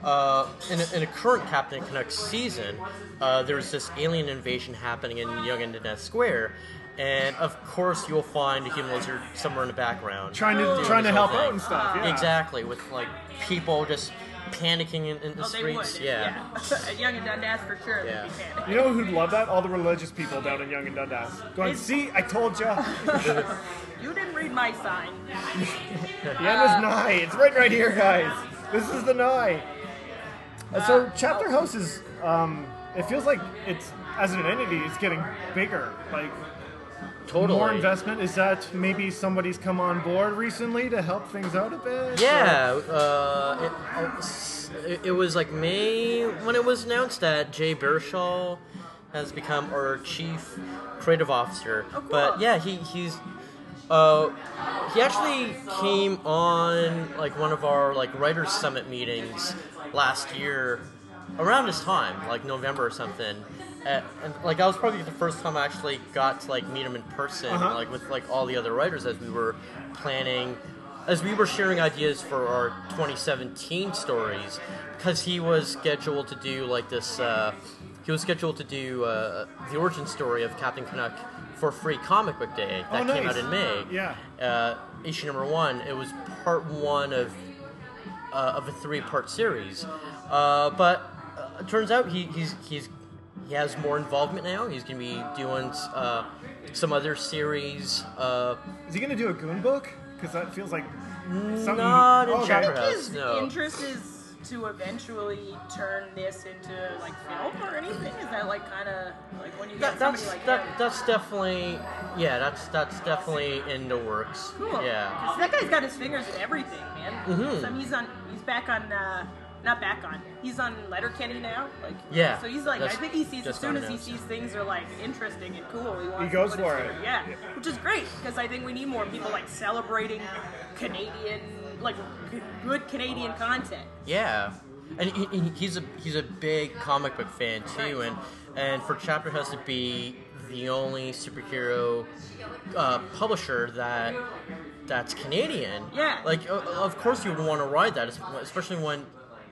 Speaker 4: Uh, in, a, in a current Captain Canuck season, uh, there's this alien invasion happening in Young and Ness Square, and of course you'll find a human lizard somewhere in the background.
Speaker 3: Trying to
Speaker 4: doing
Speaker 3: trying
Speaker 4: this
Speaker 3: to
Speaker 4: whole
Speaker 3: help out
Speaker 4: thing.
Speaker 3: and stuff. Yeah.
Speaker 4: Exactly, with like people just panicking in, in the
Speaker 2: Oh, they would.
Speaker 4: streets. Yeah.
Speaker 2: Young and Dundas for sure. Yeah.
Speaker 4: Yeah.
Speaker 2: Would be panic.
Speaker 3: You know who'd love that? All the religious people down in Young and Dundas. Going, see, I told you. The
Speaker 2: You didn't read my sign.
Speaker 3: end is nigh. It's right right here, guys. This is the nigh. And so chapter house is um it feels like it's as an entity it's getting bigger. Like
Speaker 4: Totally.
Speaker 3: more investment. Is that maybe somebody's come on board recently to help things out a bit?
Speaker 4: Yeah, uh, it- uh, s- it, it was like May when it was announced that Jay Bershaw has become our chief creative officer.
Speaker 2: Oh, cool.
Speaker 4: But yeah, he he's uh, he actually came on like one of our like writers summit meetings last year around this time, like November or something. At, and like that was probably the first time I actually got to like meet him in person,
Speaker 3: Uh-huh.
Speaker 4: like with like all the other writers as we were planning as we were sharing ideas for our 2017 stories, because he was scheduled to do like this. Uh, he was scheduled to do uh, the origin story of Captain Canuck for Free Comic Book Day that
Speaker 3: Oh,
Speaker 4: came
Speaker 3: nice.
Speaker 4: out in May.
Speaker 3: Yeah.
Speaker 4: Uh, issue number one. It was part one of uh, of a three part series. Uh, but uh, it turns out he, he's he's he has more involvement now. He's going to be doing uh, some other series. Uh,
Speaker 3: Is he gonna do a goon book? Because that feels like something. Oh,
Speaker 4: Not in
Speaker 3: okay.
Speaker 4: Chopper House.
Speaker 2: His
Speaker 4: No.
Speaker 2: interest is to eventually turn this into like film or anything. Is that like kind of like when you get
Speaker 4: that,
Speaker 2: somebody
Speaker 4: that's
Speaker 2: like
Speaker 4: that,
Speaker 2: that?
Speaker 4: that's definitely yeah. That's that's definitely in the works.
Speaker 2: Cool.
Speaker 4: Yeah.
Speaker 2: 'Cause that guy's got his fingers in everything, man.
Speaker 4: Mhm.
Speaker 2: So he's on. He's back on. Uh, not back on. He's on Letterkenny now. Like
Speaker 4: Yeah,
Speaker 2: So he's like, I
Speaker 4: that's
Speaker 2: think he sees as
Speaker 4: just
Speaker 2: soon
Speaker 4: got
Speaker 2: as he
Speaker 4: announced.
Speaker 2: sees things are like interesting and cool. He, wants
Speaker 3: He goes
Speaker 2: to put his
Speaker 3: for
Speaker 2: finger-
Speaker 3: it.
Speaker 2: Yeah.
Speaker 3: Yeah.
Speaker 2: which is great because I think we need more people like celebrating Canadian, like g- good Canadian content.
Speaker 4: Yeah, and he, he- he's a he's a big comic book fan too, and and for Chapter House to be the only superhero uh, publisher that that's Canadian.
Speaker 2: Yeah.
Speaker 4: like o of course you would want to ride that, especially when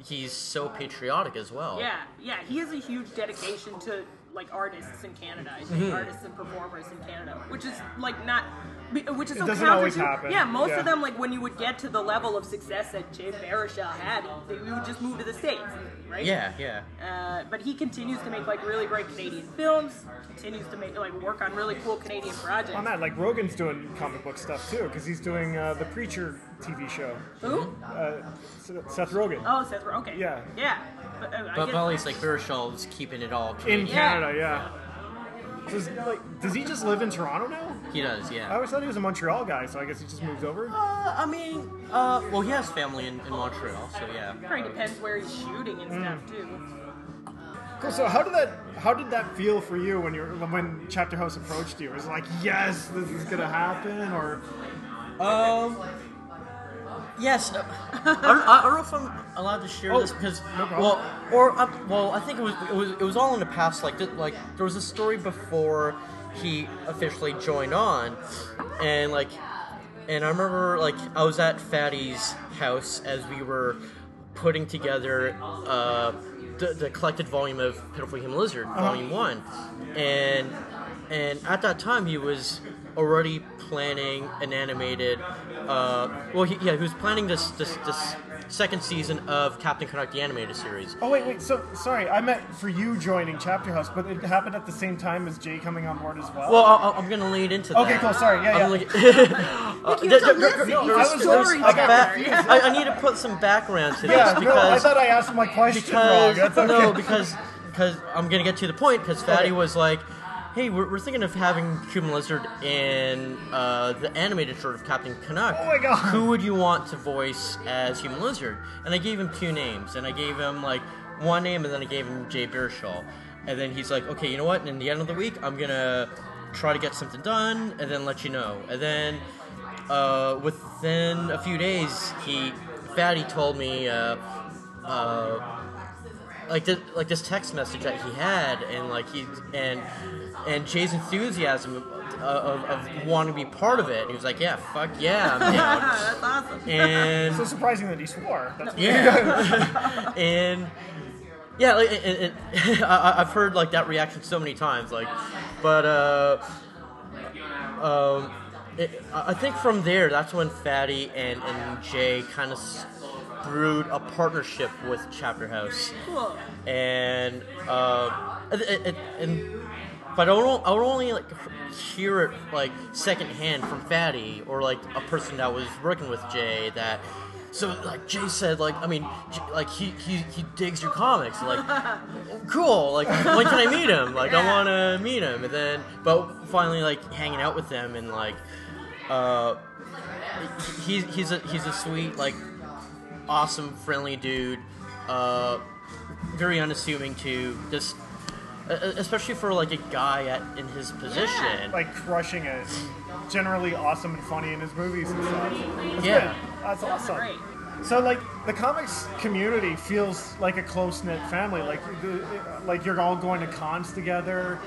Speaker 4: he's so patriotic as well.
Speaker 2: Yeah,
Speaker 3: Oh.
Speaker 2: yeah, he has a huge dedication to like artists in Canada. I
Speaker 3: Mm-hmm.
Speaker 2: think artists and performers in Canada, which is like not, be- which is so
Speaker 3: doesn't
Speaker 2: counterintuitive.
Speaker 3: always happen.
Speaker 2: Yeah, most
Speaker 3: Yeah.
Speaker 2: of them like when you would get to the level of success that Jim Baruchel had, they, we would just move to the states, right?
Speaker 4: yeah, yeah.
Speaker 2: Uh, but he continues to make like really great Canadian films. Continues to make like work on really cool Canadian projects.
Speaker 3: On that, like Rogan's doing comic book stuff too, because he's doing uh, the Preacher TV show.
Speaker 2: Who?
Speaker 3: Uh, Seth Rogen.
Speaker 2: Oh, Seth. Rogen, Okay.
Speaker 3: Yeah.
Speaker 2: Yeah. But, uh, I
Speaker 4: But
Speaker 2: guess-
Speaker 4: Valley's like Virgil's keeping it all.
Speaker 3: In
Speaker 4: Canadian.
Speaker 2: Yeah.
Speaker 3: Canada, yeah. So is- like, does he just live in Toronto now?
Speaker 4: He does,
Speaker 3: I
Speaker 4: yeah.
Speaker 3: always thought he was a Montreal guy, so I guess he just moved over.
Speaker 4: Uh, I mean, uh, well, he has family in, in Montreal, so yeah.
Speaker 2: probably depends where he's shooting and
Speaker 3: Mm.
Speaker 2: stuff too.
Speaker 3: Cool. So how did that how did that feel for you when you were, when Chapter House approached you? Was it like yes, this is gonna happen, or
Speaker 4: Um. Yes, uh, I, don't, I don't know if I'm allowed to share
Speaker 3: Oh,
Speaker 4: this because
Speaker 3: no problem.
Speaker 4: well, or uh, well, I think it was it was it was all in the past. Like th- like there was a story before he officially joined on, and like, and I remember like I was at Fatty's house as we were putting together uh, the, the collected volume of Pitiful Human Lizard,
Speaker 3: Uh-huh.
Speaker 4: Volume One, and and at that time he was already planning an animated. Uh, well, he, yeah, he was planning this this this second season of Captain Canuck the animated series.
Speaker 3: oh wait wait so sorry I meant for you joining Chapter House, but it happened at the same time as Jay coming on board as well.
Speaker 4: Well, I, I- I'm gonna lead into that.
Speaker 3: Okay, cool, sorry, yeah,
Speaker 4: I'm
Speaker 3: yeah.
Speaker 4: leading- Uh,
Speaker 2: you
Speaker 4: there-
Speaker 2: have to
Speaker 4: there-
Speaker 2: listen,
Speaker 4: there-
Speaker 2: you
Speaker 4: there's-
Speaker 3: have to
Speaker 4: there's
Speaker 2: story
Speaker 4: a
Speaker 2: together.
Speaker 4: back-
Speaker 2: Yeah.
Speaker 4: I, I need to put some background to
Speaker 3: yeah,
Speaker 4: this
Speaker 3: no, I
Speaker 4: because
Speaker 3: thought I asked my question wrong.
Speaker 4: because
Speaker 3: That's okay.
Speaker 4: no, because because I'm gonna get to the point. Because Fatty
Speaker 3: Okay.
Speaker 4: was like, "Hey, we're, we're thinking of having Human Lizard in uh, the animated short of Captain Canuck.
Speaker 3: Oh my God.
Speaker 4: Who would you want to voice as Human Lizard?" And I gave him two names, and I gave him like one name, and then I gave him Jay Beershaw. And then he's like, "Okay, you know what? In the end of the week, I'm gonna try to get something done, and then let you know." And then uh, within a few days, he Fatty told me. Uh, uh, like this, like this text message that he had, and like he and and Jay's enthusiasm of, of, of wanting to be part of it. And he was like, "Yeah, fuck yeah, I'm down."
Speaker 2: That's awesome.
Speaker 3: so
Speaker 4: and
Speaker 3: surprising that he swore. That's
Speaker 4: yeah, and yeah, like, and, and, I, I- I've heard like that reaction so many times, like, but uh, um, it, I I think from there, that's when Fatty and and Jay kind of brewed a partnership with Chapter House
Speaker 2: Cool.
Speaker 4: and uh, it, it, it- and but I would, I would only like hear it like secondhand from Fatty or like a person that was working with Jay that. So like Jay said, like I mean, J- like he, he he digs your comics, and, like cool. Like when can I meet him? Like I want to meet him, and then but finally like hanging out with them and like uh, he, he's a he's a sweet like awesome friendly dude. Uh, very unassuming too. Just e- e- especially for like a guy at, in his position.
Speaker 3: like crushing it. Generally awesome and funny in his movies and stuff. That's
Speaker 4: Yeah.
Speaker 3: good. that's awesome.
Speaker 2: Great.
Speaker 3: So like the comics community feels like a close knit family. Like the, like you're all going to cons together.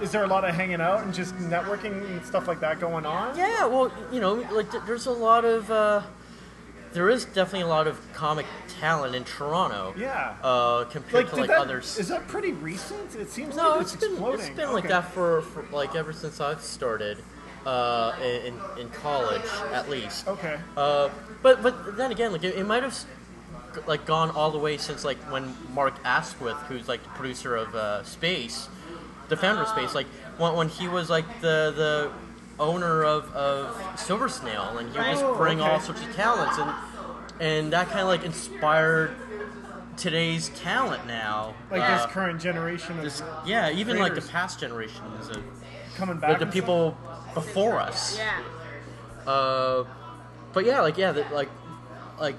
Speaker 3: Is there a lot of hanging out and just networking and stuff like that going on?
Speaker 4: yeah, well, you know, like th- there's a lot of uh, there is definitely a lot of comic talent in Toronto.
Speaker 3: Yeah.
Speaker 4: Uh, compared
Speaker 3: Like,
Speaker 4: to
Speaker 3: did
Speaker 4: like
Speaker 3: that,
Speaker 4: others.
Speaker 3: is that pretty recent? It seems
Speaker 4: No,
Speaker 3: like
Speaker 4: it's
Speaker 3: it's,
Speaker 4: been
Speaker 3: exploding.
Speaker 4: it's been like
Speaker 3: Okay.
Speaker 4: that for, for like ever since I've started uh, in in college at least.
Speaker 3: Okay.
Speaker 4: Uh, but but then again, like it, it might have s- g- like gone all the way since like when Mark Asquith, who's like the producer of uh, Space, the founder of Space, like when, when he was like the the owner of, of Silver Snail, and he would just
Speaker 3: Oh,
Speaker 4: bring all
Speaker 3: okay.
Speaker 4: sorts of talents, and and that kind of like inspired today's talent now.
Speaker 3: Like
Speaker 4: Uh,
Speaker 3: this current generation of
Speaker 4: this- yeah, even like the
Speaker 3: creators.
Speaker 4: past generations of
Speaker 3: coming back.
Speaker 4: like the
Speaker 3: and
Speaker 4: people before us.
Speaker 2: Yeah.
Speaker 4: Uh, but yeah, like yeah, that like like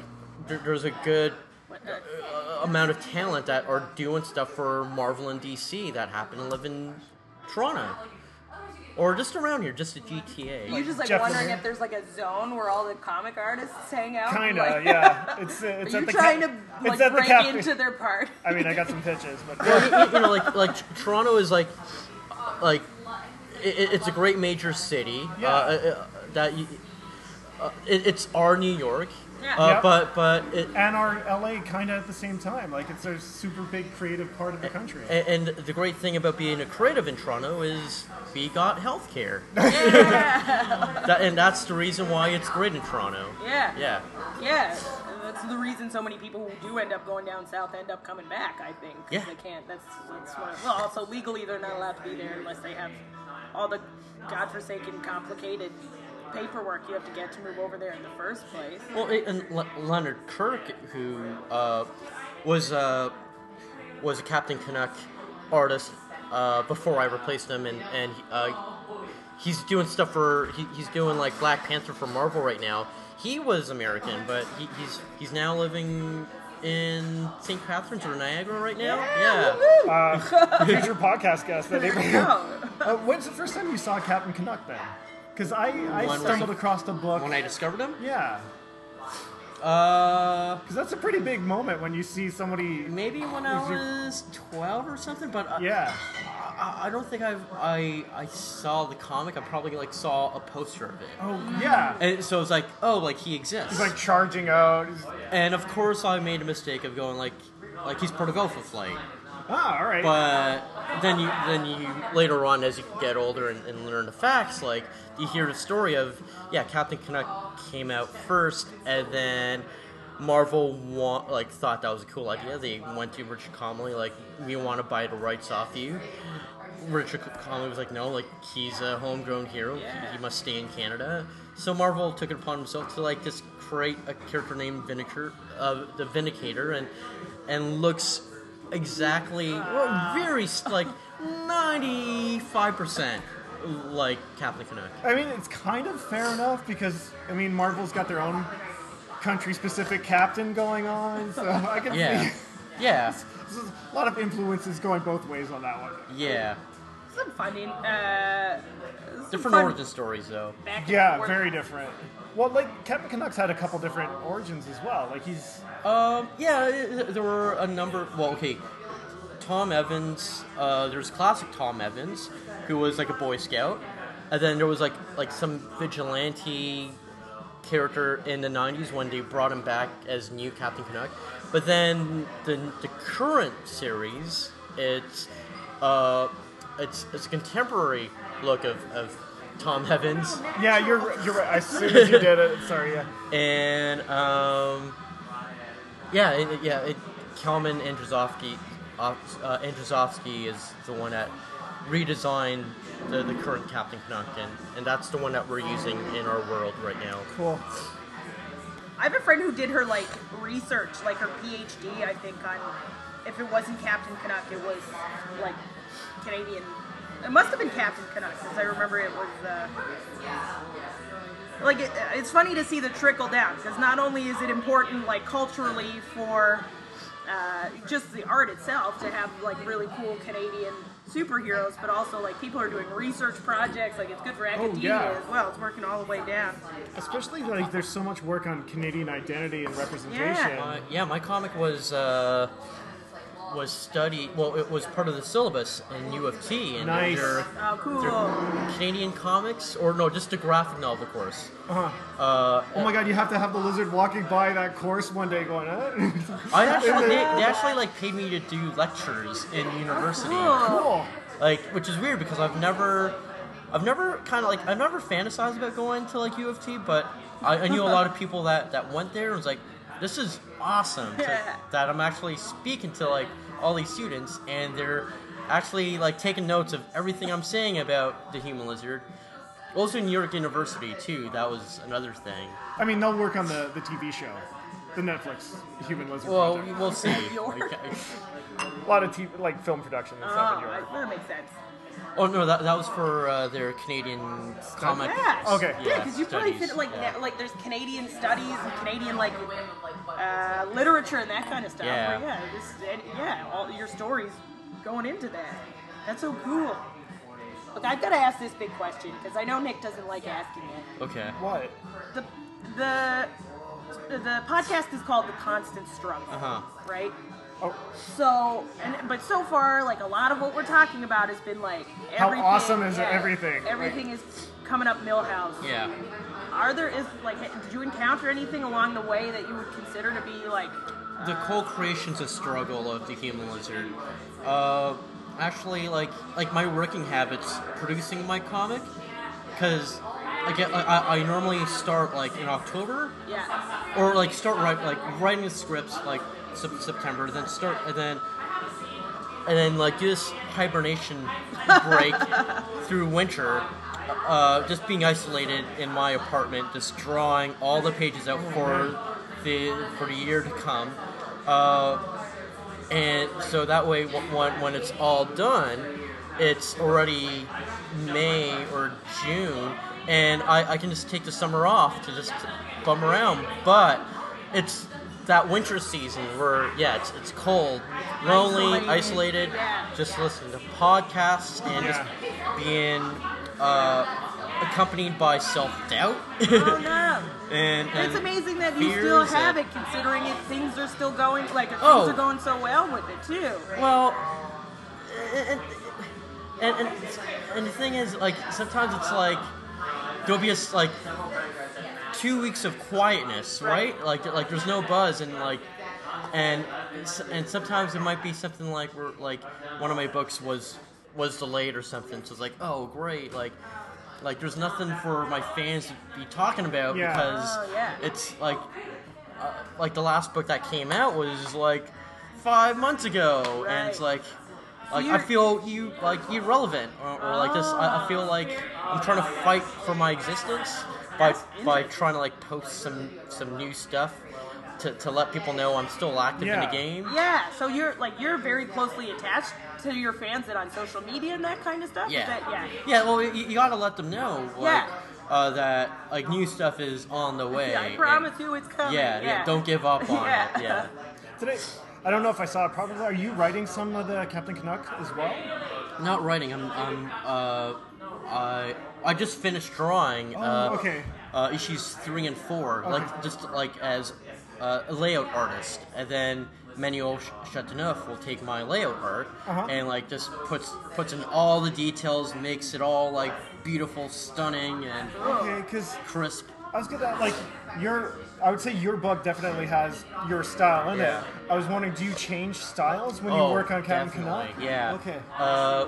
Speaker 4: there, there's a good uh, amount of talent that are doing stuff for Marvel and DC that happen to live in Toronto or just around here, just the GTA.
Speaker 2: You're just like
Speaker 3: Jeff
Speaker 2: wondering
Speaker 3: Lemire.
Speaker 2: if there's like a zone where all the comic artists hang out.
Speaker 3: stuff. Kinda,
Speaker 2: Like,
Speaker 3: yeah. It's, uh, it's
Speaker 2: You're
Speaker 3: at the
Speaker 2: trying
Speaker 3: ca-
Speaker 2: to
Speaker 3: it's at
Speaker 2: like
Speaker 3: the
Speaker 2: break
Speaker 3: cafe.
Speaker 2: into their part.
Speaker 3: I mean, I got some pitches, but
Speaker 4: Well, you- you, you know, like like Toronto is like like it, it's a great major city. Uh,
Speaker 3: Yeah.
Speaker 4: uh, that you, uh, it, it's our New York.
Speaker 2: Yeah.
Speaker 4: Uh,
Speaker 3: Yep.
Speaker 4: But but it,
Speaker 3: and our LA kind of at the same time. Like it's a super big creative part
Speaker 4: Eh,
Speaker 3: of the country.
Speaker 4: A- And the great thing about being a creative in Toronto is we got healthcare. That- and that's the reason why it's great in Toronto.
Speaker 2: Yeah.
Speaker 4: Yeah.
Speaker 2: Yeah, and that's the reason so many people who do end up going down south end up coming back. I think 'cause
Speaker 4: Yeah.
Speaker 2: they can't. That's, that's one of, well, also legally they're not allowed to be there unless they have all the godforsaken complicated paperwork you have to get to move over there in the first place.
Speaker 4: Well, a- and Le- Leonard Kirk, who uh, was uh, was a Captain Canuck artist uh, before I replaced him, and and uh, he's doing stuff for he, he's doing like Black Panther for Marvel right now. He was American, but he, he's he's now living in St. Catharines or Niagara right now. Yeah.
Speaker 3: Uh,
Speaker 4: eh.
Speaker 3: Future podcast guest that Abraham.
Speaker 2: Oh,
Speaker 3: Uh, when's the first time you saw Captain Canuck then? Because I, I
Speaker 4: When was
Speaker 3: stumbled
Speaker 4: it?
Speaker 3: across the book.
Speaker 4: When I discovered him,
Speaker 3: yeah,
Speaker 4: uh,
Speaker 3: because that's a pretty big moment when you see somebody.
Speaker 4: maybe when I
Speaker 3: Was your-
Speaker 4: was twelve or something, but uh, I,
Speaker 3: Yeah,
Speaker 4: I, I don't think I've, I I saw the comic. I probably like saw a poster of it,
Speaker 3: oh yeah.
Speaker 4: and so it's like, oh, like he exists.
Speaker 3: He's like charging out. He's-
Speaker 4: and of course, I made a mistake of going like, like he's part of Alpha Flight.
Speaker 3: Ah, all right.
Speaker 4: But then you then you later on, as you get older and, and learn the facts, like you hear the story of yeah, Captain Canuck came out first, and then Marvel wa- like thought that was a cool idea. They went to Richard Comley like we want to buy the rights off you. Richard Comley was like, no, like he's a homegrown hero. He, he must stay in Canada. So Marvel took it upon himself to like just create a character named Vindicator, uh, the Vindicator, and and looks exactly, well, very s- like ninety five percent like Captain Canuck.
Speaker 3: I mean, it's kind of fair enough because I mean, Marvel's got their own country-specific captain going on, so I can
Speaker 4: Yeah,
Speaker 3: see
Speaker 4: yeah,
Speaker 3: there's a lot of influences going both ways on that one.
Speaker 4: yeah.
Speaker 2: some funding. Uh, some
Speaker 4: Different
Speaker 2: fun
Speaker 4: origin stories though.
Speaker 2: Back and
Speaker 3: Yeah,
Speaker 2: forth.
Speaker 3: very different. Well, like Captain Canuck's had a couple different origins as well. Like he's
Speaker 4: Um, yeah, th- there were a number. Well, okay, Tom Evans. Uh, there's classic Tom Evans, who was like a Boy Scout, and then there was like like some vigilante character in the '90s when they brought him back as new Captain Canuck. But then the the current series, it's uh, it's it's a contemporary look of, of Tom Evans,
Speaker 3: yeah, you're you're right. As soon as you did it, sorry, yeah.
Speaker 4: and um, yeah, it, it- yeah. It, Kalman Andrzejowski, uh, Andrzejowski is the one that redesigned the, the current Captain Canuck, and, and that's the one that we're using in our world right now.
Speaker 3: Cool.
Speaker 2: I have a friend who did her like research, like her PhD, I think, on if it wasn't Captain Canuck, it was like Canadian. It must have been Captain Canuck, since I remember it was. Uh, like it, uh, it's funny to see the trickle down because not only is it important like culturally for uh, just the art itself to have like really cool Canadian superheroes, but also like people are doing research projects. Like it's good for academia
Speaker 3: yeah.
Speaker 2: as well. It's working all the way down.
Speaker 3: Especially like there's so much work on Canadian identity and representation.
Speaker 2: Yeah.
Speaker 4: Uh, yeah, my comic was uh, was studied. Well, it was part of the syllabus in U of T, and
Speaker 3: Nice.
Speaker 4: their
Speaker 2: Oh, cool.
Speaker 4: Canadian comics, or no, just a graphic novel course.
Speaker 3: Uh-huh.
Speaker 4: Uh,
Speaker 3: Oh my god, you have to have the lizard walking by that course one day going, eh?
Speaker 4: I actually they, they actually like paid me to do lectures in university,
Speaker 2: Cool.
Speaker 3: cool.
Speaker 4: like which is weird because I've never, I've never kind of like I've never fantasized about going to like U of T, but I, I knew a lot of people that that went there and was like, this is awesome to-
Speaker 2: Yeah.
Speaker 4: that I'm actually speaking to like all these students and they're actually like taking notes of everything I'm saying about the human lizard. Also, New York University too. That was another thing.
Speaker 3: I mean, they'll work on the, the TV show, the Netflix Human Lizard
Speaker 4: Well,
Speaker 3: Project.
Speaker 4: we'll see.
Speaker 2: York.
Speaker 4: Like, I-
Speaker 3: A lot of TV, like film production and
Speaker 2: Oh,
Speaker 3: stuff in Europe.
Speaker 2: I- that makes sense.
Speaker 4: Oh no, that, that was for uh, their Canadian comic.
Speaker 2: Yeah.
Speaker 3: Okay.
Speaker 2: Yeah, because you probably
Speaker 4: studies,
Speaker 2: fit like
Speaker 4: yeah.
Speaker 2: na- like there's Canadian studies and Canadian like uh, literature and that kind of stuff.
Speaker 4: Yeah.
Speaker 2: Where, yeah. This, and, yeah. All your stories going into that. That's so cool. Look, I've got to ask this big question because I know Nick doesn't like asking it.
Speaker 4: Okay.
Speaker 3: What?
Speaker 2: The the the podcast is called The Constant Struggle,
Speaker 4: Uh-huh.
Speaker 2: right?
Speaker 3: Oh,
Speaker 2: So, and but so far, like a lot of what we're talking about has been like
Speaker 3: How
Speaker 2: everything-
Speaker 3: awesome is
Speaker 2: yeah,
Speaker 3: everything?
Speaker 2: Everything is coming up Millhouse.
Speaker 4: Yeah.
Speaker 2: Are there is like did you encounter anything along the way that you would consider to be like
Speaker 4: The co-creation's a struggle of the human lizard. Uh, actually, like like my working habits producing my comic, because like I, I, I normally start like in October
Speaker 2: yeah
Speaker 4: or like start write, like writing the scripts like sep- September, then start and then and then like do this hibernation break through winter, uh, just being isolated in my apartment, just drawing all the pages out for the for the year to come, uh, and so that way wh- when when it's all done, it's already May or June, and I, I can just take the summer off to just bum around, but it's. That winter season, where yeah, it's, it's cold, lonely,
Speaker 2: Isolated.
Speaker 4: isolated,
Speaker 2: Yeah.
Speaker 4: just listening to podcasts and just being uh, accompanied by self doubt.
Speaker 2: oh no
Speaker 4: and, and
Speaker 2: it's amazing that you still
Speaker 4: fears
Speaker 2: have
Speaker 4: and-
Speaker 2: it considering it things are still going like
Speaker 4: Oh.
Speaker 2: things are going so well with it too
Speaker 4: Well, and, and, and, and the thing is, like, sometimes it's like, there'll be a, s- like, two weeks of quietness, right? Like, like there's no buzz, and like, and s- and sometimes it might be something like we're like one of my books was was delayed or something, so it's like, oh great, like, like there's nothing for my fans to be talking about
Speaker 3: Yeah.
Speaker 4: because
Speaker 2: Oh, yeah.
Speaker 4: it's like, uh, like the last book that came out was like five months ago, and it's
Speaker 2: Right.
Speaker 4: like. Like I
Speaker 2: You're-
Speaker 4: feel you like irrelevant, or, or like this. I, I feel like I'm trying to fight for my existence by
Speaker 2: That's
Speaker 4: by
Speaker 2: interesting.
Speaker 4: trying to like post some some new stuff to, to let people know I'm still active in
Speaker 3: Yeah.
Speaker 4: the game.
Speaker 2: yeah so you're like you're very closely attached to your fans and on social media and that kind of stuff Is
Speaker 4: Yeah.
Speaker 2: that- yeah
Speaker 4: well, you, you gotta let them know like,
Speaker 2: Yeah.
Speaker 4: uh, that like new stuff is on the way.
Speaker 2: yeah I
Speaker 4: and-
Speaker 2: promise you it's coming
Speaker 4: Yeah, yeah, Don't give up on
Speaker 2: Yeah.
Speaker 4: it. Yeah.
Speaker 3: today, I don't know if I saw it probably. Are you writing some of the Captain Canuck as well?
Speaker 4: Not writing. I'm. I'm. Uh, I. I just finished drawing.
Speaker 3: Oh,
Speaker 4: uh,
Speaker 3: okay.
Speaker 4: Uh, issues three and four, like just like as uh, a layout artist, and then Manuel Ch- Chateauneuf will take my layout art
Speaker 3: Uh-huh.
Speaker 4: and like just puts puts in all the details, makes it all like beautiful, stunning, and
Speaker 3: Okay, because
Speaker 4: crisp.
Speaker 3: I was gonna like your. I would say your book definitely has your style in
Speaker 4: Yeah.
Speaker 3: it. I was wondering, do you change styles when
Speaker 4: Oh,
Speaker 3: you work on Captain
Speaker 4: definitely,
Speaker 3: Canuck?
Speaker 4: Yeah.
Speaker 3: Okay.
Speaker 4: Uh,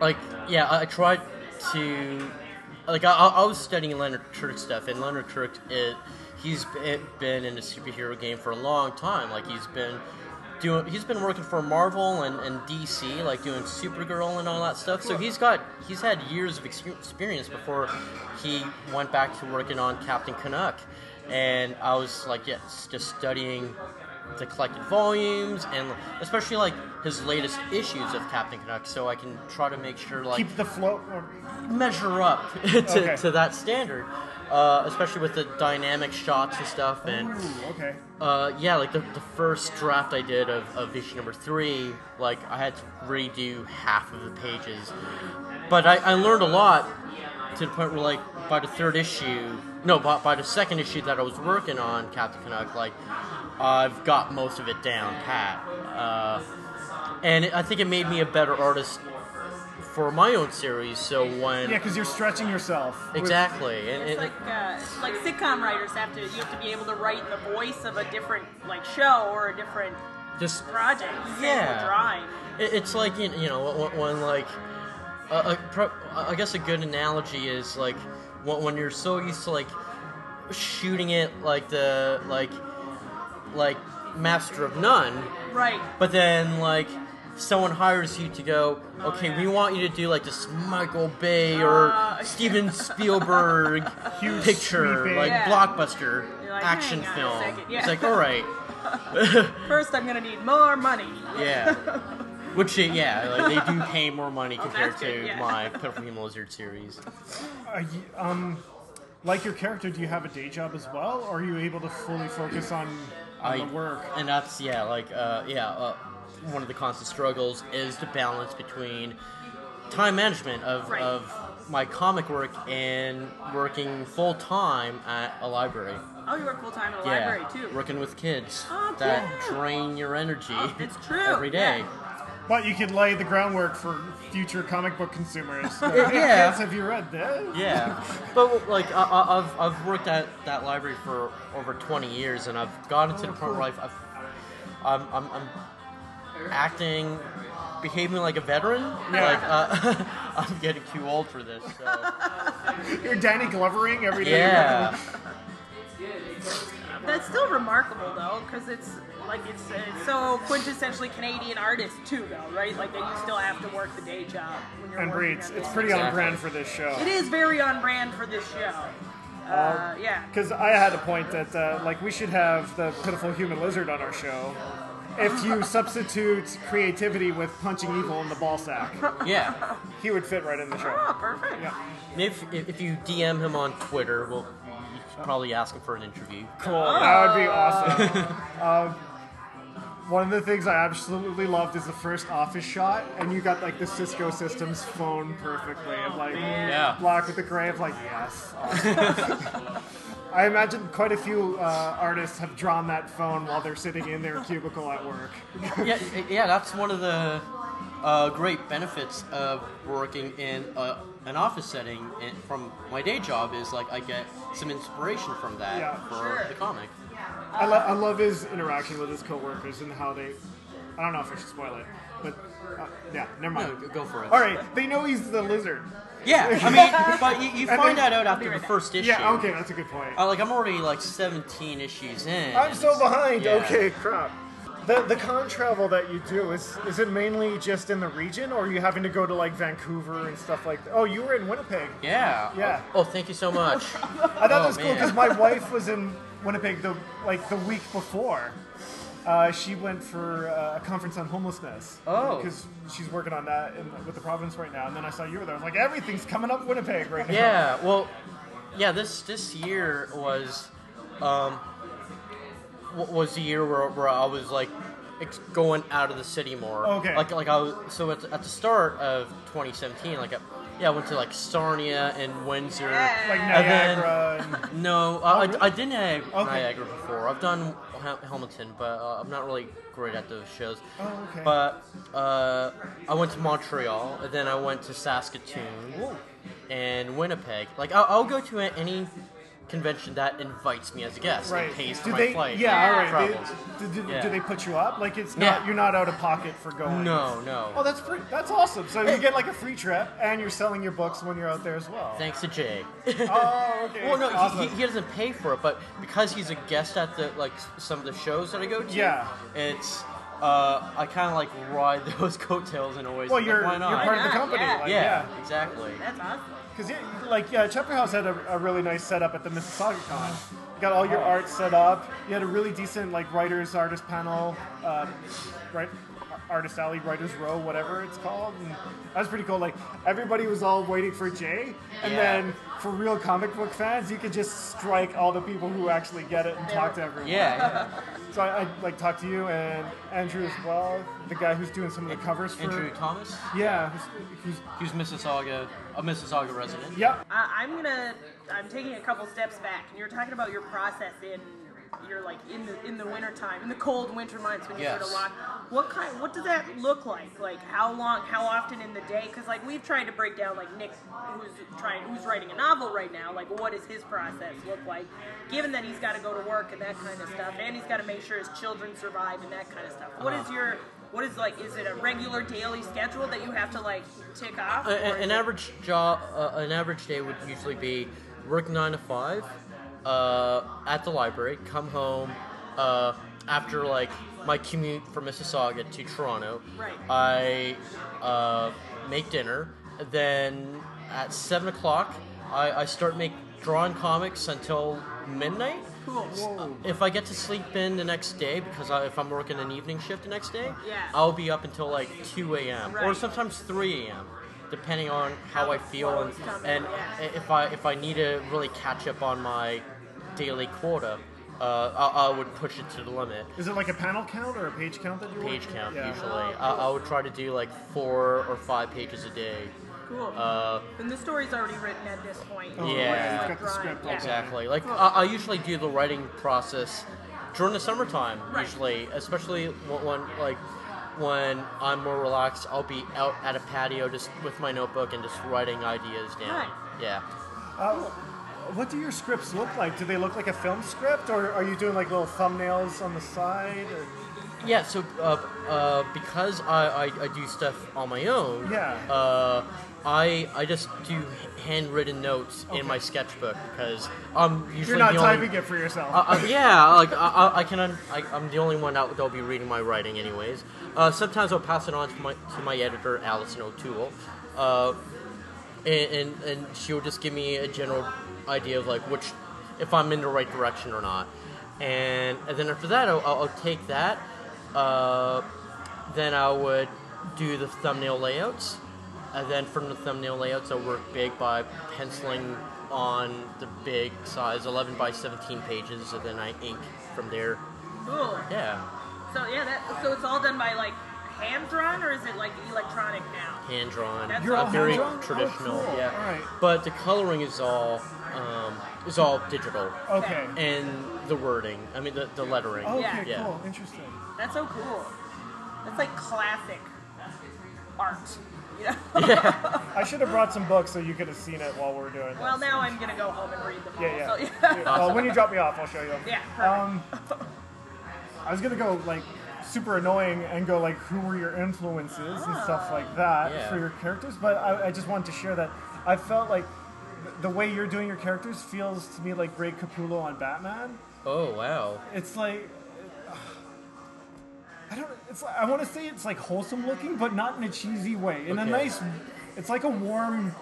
Speaker 4: like, yeah, I, I tried to. Like, I, I I was studying Leonard Turk stuff, and Leonard Turk, it, he's been, been in the superhero game for a long time. Like, he's been doing, he's been working for Marvel and, and DC, like doing Supergirl and all that stuff. So he's got, he's had years of exper- experience before he went back to working on Captain Canuck. And I was like, yeah, s- just studying the collected volumes and especially like his latest issues of Captain Canuck, so I can try to make sure like
Speaker 3: Keep the flow. Or,
Speaker 4: measure up to,
Speaker 3: Okay.
Speaker 4: to that standard, uh, especially with the dynamic shots and stuff. And
Speaker 3: ooh, okay.
Speaker 4: uh, yeah, like the, the first draft I did of, of issue number three, like I had to redo half of the pages, but I, I learned a lot to the point where like by the third issue, no, by, by the second issue that I was working on Captain Canuck, like I've got most of it down pat, uh, and it, I think it made me a better artist for my own series. So when
Speaker 3: Yeah, because you're stretching yourself. with-
Speaker 4: exactly, and,
Speaker 2: It's
Speaker 4: and-
Speaker 2: like uh, like sitcom writers have to you have to be able to write the voice of a different like show or a different
Speaker 4: just
Speaker 2: project. Same with
Speaker 4: Yeah.
Speaker 2: drawing.
Speaker 4: It- It's like you you know when, when like a, a pro, I guess a good analogy is like when, when you're so used to like shooting it like the like like Master of None,
Speaker 2: Right.
Speaker 4: but then like someone hires you to go. Okay, we want you to do like this Michael Bay or
Speaker 2: Ah.
Speaker 4: Steven Spielberg
Speaker 3: Huge
Speaker 4: picture,
Speaker 3: sweeping-
Speaker 4: like
Speaker 2: Yeah.
Speaker 4: blockbuster
Speaker 2: You're like,
Speaker 4: action
Speaker 2: hang on a
Speaker 4: film.
Speaker 2: second, yeah.
Speaker 4: It's like all right.
Speaker 2: First, I'm gonna need more money.
Speaker 4: Yeah. Which, uh, yeah, like, they do pay more money compared
Speaker 2: Oh, that's
Speaker 4: to
Speaker 2: good, yeah.
Speaker 4: my Pitiful Human Lizard series.
Speaker 3: Are you, um, like your character, do you have a day job as well, or are you able to fully focus on, on
Speaker 4: I-
Speaker 3: the work?
Speaker 4: And that's, yeah, like, uh, yeah, uh, one of the constant struggles is the balance between time management of,
Speaker 2: Right.
Speaker 4: of my comic work and working full time at a library.
Speaker 2: Oh, you work full time in a
Speaker 4: Yeah.
Speaker 2: library too.
Speaker 4: Working with kids
Speaker 2: Oh,
Speaker 4: that
Speaker 2: cool.
Speaker 4: drain your energy
Speaker 2: Oh, it's true,
Speaker 4: every day.
Speaker 2: yeah.
Speaker 3: But you could lay the groundwork for future comic book consumers. Like,
Speaker 4: Yeah.
Speaker 3: "Hey, kids, have you read this?
Speaker 4: Yeah, but like I, I- I've I've worked at that library for over twenty years, and I've gotten to the point where I've, I've I'm, I'm I'm acting, behaving like a veteran. Like uh, I'm getting too old for this. So.
Speaker 3: You're Danny Glovering every day.
Speaker 4: Yeah,
Speaker 2: That's still remarkable though, because it's like it's, it's so quintessentially Canadian artist too, though, right? Like that you still have to work the day job when you're
Speaker 3: And
Speaker 2: working
Speaker 3: Bree, it's,
Speaker 2: at
Speaker 3: it's
Speaker 2: the-
Speaker 3: pretty on
Speaker 4: Exactly.
Speaker 3: brand for this show.
Speaker 2: It is very on brand for this show. Uh, yeah.
Speaker 3: Because I had a point that uh, like we should have the pitiful human lizard on our show. If you substitute creativity with punching evil in the ball sack,
Speaker 4: yeah.
Speaker 3: he would fit right in the show.
Speaker 2: Oh, perfect.
Speaker 3: Yeah.
Speaker 4: If if if you DM him on Twitter, well, you could probably ask him for an interview.
Speaker 3: Cool. That would be awesome. um, one of the things I absolutely loved is the first office shot, and you got like the Cisco systems phone perfectly, and like
Speaker 4: Yeah.
Speaker 3: black with the gray of like yes. awesome. I imagine quite a few uh, artists have drawn that phone while they're sitting in their cubicle at work.
Speaker 4: yeah, yeah, that's one of the uh, great benefits of working in a, an office setting. And from my day job is like I get some inspiration from that
Speaker 3: Yeah.
Speaker 4: for
Speaker 2: Sure.
Speaker 4: the comic.
Speaker 3: I, lo- I love his interaction with his coworkers and how they. I don't know if I should spoil it, but uh, yeah, never
Speaker 4: No,
Speaker 3: mind.
Speaker 4: go- go for it.
Speaker 3: All right, they know he's the lizard.
Speaker 4: Yeah, I mean, but you, you
Speaker 3: And
Speaker 4: find
Speaker 3: then-
Speaker 4: that out after
Speaker 2: Be right
Speaker 4: the
Speaker 2: back.
Speaker 4: first issue.
Speaker 3: Yeah, okay, that's a good point.
Speaker 4: Uh, like I'm already like 17 issues in.
Speaker 3: I'm
Speaker 4: and
Speaker 3: so
Speaker 4: it's-
Speaker 3: behind.
Speaker 4: yeah.
Speaker 3: Okay, crap. The the con travel that you do is is it mainly just in the region, or are you having to go to like Vancouver and stuff like? that? Oh, you were in Winnipeg.
Speaker 4: Yeah.
Speaker 3: Yeah.
Speaker 4: Oh, thank you so much.
Speaker 3: I thought
Speaker 4: Oh,
Speaker 3: that was cool
Speaker 4: man.
Speaker 3: because my wife was in Winnipeg the like the week before. Uh, she went for uh, a conference on homelessness.
Speaker 4: Oh.
Speaker 3: because she's working on that in, with the province right now. And then I saw you were there. I was like, everything's coming up Winnipeg right now.
Speaker 4: Yeah, well, yeah. This this year was, um, w- was the year where, where I was like ex- going out of the city more.
Speaker 3: Okay.
Speaker 4: Like like I was so at, the- at the start of 2017, like I, yeah, I went to like Sarnia and Windsor.
Speaker 2: Yeah.
Speaker 3: like
Speaker 4: And then-
Speaker 3: Niagara. And
Speaker 4: No, uh, I, I, I did Ni-
Speaker 3: Oh, Okay.
Speaker 4: Niagara before. I've done Hel- Hamilton, but uh, I'm not really great at those shows.
Speaker 3: Oh, okay.
Speaker 4: But uh, I went to Montreal, and then I went to Saskatoon and Winnipeg. Like, I'll, I'll go to a- any convention that invites me as a guest
Speaker 3: right.
Speaker 4: and pays
Speaker 3: do
Speaker 4: for
Speaker 3: they?
Speaker 4: my flight.
Speaker 3: Yeah. All right.
Speaker 4: Travels.
Speaker 3: They, do, do,
Speaker 4: Yeah.
Speaker 3: do they put you up? Like it's
Speaker 4: Yeah.
Speaker 3: not. You're not out of pocket for going.
Speaker 4: No, no.
Speaker 3: Oh, that's free. That's awesome. So you get like a free trip, and you're selling your books when you're out there as well.
Speaker 4: Thanks to Jay.
Speaker 3: oh, okay.
Speaker 4: Well, no, he-
Speaker 3: awesome.
Speaker 4: he, he doesn't pay for it, but because he's a guest at the like s- some of the shows that I go to,
Speaker 3: Yeah.
Speaker 4: it's uh, I kind of like ride those coattails in a way. so
Speaker 3: well,
Speaker 4: like,
Speaker 3: you're,
Speaker 4: why not?
Speaker 3: you're part of the
Speaker 2: Why not?
Speaker 3: company.
Speaker 2: Yeah.
Speaker 3: Like,
Speaker 4: yeah, exactly.
Speaker 2: That's awesome.
Speaker 3: Because, like, yeah, Chapter House had a, a really nice setup at the Mississauga Con. You got all your
Speaker 4: Oh.
Speaker 3: art set up. You had a really decent, like, writers, artist panel, uh, um, right? Artist Alley, Writers Row, whatever it's called. And that was pretty cool. Like everybody was all waiting for Jay, and
Speaker 4: Yeah.
Speaker 3: then for real comic book fans, you could just strike all the people who actually get it and talk to everyone.
Speaker 4: Yeah,
Speaker 3: So I, I like talked to you and Andrew as well, the guy who's doing some of the covers for.
Speaker 4: Andrew Thomas.
Speaker 3: Yeah. who's- who's-
Speaker 4: He's Mississauga, a Mississauga resident.
Speaker 3: yep.
Speaker 2: Uh, I'm gonna. I'm taking a couple steps back, and you're talking about your process in. You're like in the in the winter time, in the cold winter months when you
Speaker 4: Yes.
Speaker 2: sort of lock. What kind? What does that look like? Like how long? How often in the day? Because like we've tried to break down like Nick, who's trying, who's writing a novel right now. Like what does his process look like? Given that he's got to go to work and that kind of stuff, and he's got to make sure his children survive and that kind of stuff. What
Speaker 4: Uh-huh.
Speaker 2: is your? What is like? Is it a regular daily schedule that you have to like tick off?
Speaker 4: A-
Speaker 2: or
Speaker 4: a-
Speaker 2: is
Speaker 4: an
Speaker 2: it-
Speaker 4: average job, uh, an average day would usually be work nine to five uh, at the library, come home uh, after like my commute from Mississauga to Toronto.
Speaker 2: Right.
Speaker 4: I uh, make dinner. Then at seven o'clock, I, I start make drawing comics until midnight.
Speaker 2: Cool.
Speaker 4: If I get to sleep in the next day, because I, if I'm working an evening shift the next day,
Speaker 2: Yeah.
Speaker 4: I'll be up until like 2 a.m. or
Speaker 2: Right.
Speaker 4: sometimes 3 a.m. depending on how I feel and,
Speaker 2: flow's coming,
Speaker 4: and
Speaker 2: yeah.
Speaker 4: if I if I need to really catch up on my daily quota, uh, I, I would push it to the limit.
Speaker 3: Is it like a panel count or a page count that you
Speaker 4: Page count
Speaker 3: Yeah.
Speaker 4: usually, I, I would try to do like four or five pages a day.
Speaker 2: Cool.
Speaker 4: Uh,
Speaker 2: And the story's already written at this point.
Speaker 3: Oh,
Speaker 4: Yeah.
Speaker 3: You've got the script all set.
Speaker 4: Exactly. Like I, I usually do the writing process during the summertime.
Speaker 2: Right.
Speaker 4: Usually, especially when, when like when I'm more relaxed, I'll be out at a patio just with my notebook and just writing ideas down.
Speaker 2: Nice.
Speaker 4: Yeah.
Speaker 3: Uh, what do your scripts look like? Do they look like a film script, or are you doing like little thumbnails on the side? Or...
Speaker 4: Yeah. So uh, uh, because I, I, I do stuff on my own.
Speaker 3: Yeah.
Speaker 4: Uh, I, I just do handwritten notes in my sketchbook because I'm usually
Speaker 3: You're not
Speaker 4: the only-
Speaker 3: typing it for yourself.
Speaker 4: Uh, uh, yeah, like I, I, I can. Un- I, I'm the only one out that'll be reading my writing, anyways. Uh, sometimes I'll pass it on to my to my editor, Allison O'Toole, uh, and, and and she'll just give me a general idea of like which, if I'm in the right direction or not, and, and then after that I'll, I'll I'll take that. Uh, then I would do the thumbnail layouts, and then from the thumbnail layouts, I work big by penciling on the big size, 11 by 17 pages, and then I ink from there.
Speaker 2: Cool.
Speaker 4: Yeah,
Speaker 2: So yeah, that so it's all done by like hand drawn or is it like electronic now?
Speaker 4: hand drawn.
Speaker 2: That's
Speaker 3: You're all
Speaker 4: very
Speaker 3: hand-drawn? Oh,
Speaker 4: traditional.
Speaker 3: cool.
Speaker 4: Yeah,
Speaker 3: All right.
Speaker 4: but the coloring is all um, is all digital,
Speaker 3: okay.
Speaker 4: and the wording. I mean the, the lettering.
Speaker 3: Okay,
Speaker 2: Yeah.
Speaker 4: Yeah.
Speaker 3: cool. Interesting.
Speaker 2: That's so cool. That's like classic art. You know?
Speaker 3: I should have brought some books so you could have seen it while we were doing
Speaker 2: well,
Speaker 3: this.
Speaker 2: now I'm gonna go home and read them all.
Speaker 3: Yeah, yeah.
Speaker 2: So, yeah.
Speaker 3: Well, when you drop me off, I'll show you them.
Speaker 2: Yeah, perfect.
Speaker 3: Um, I was gonna go like super annoying and go like, who were your influences and stuff like that
Speaker 4: Yeah.
Speaker 3: for your characters, but I, I just wanted to share that I felt like th- the way you're doing your characters feels to me like Greg Capullo on Batman.
Speaker 4: Oh wow.
Speaker 3: It's like. I don't. It's. I want to say it's like wholesome looking, but not in a cheesy way. In a
Speaker 4: Okay.
Speaker 3: nice. It's like a warm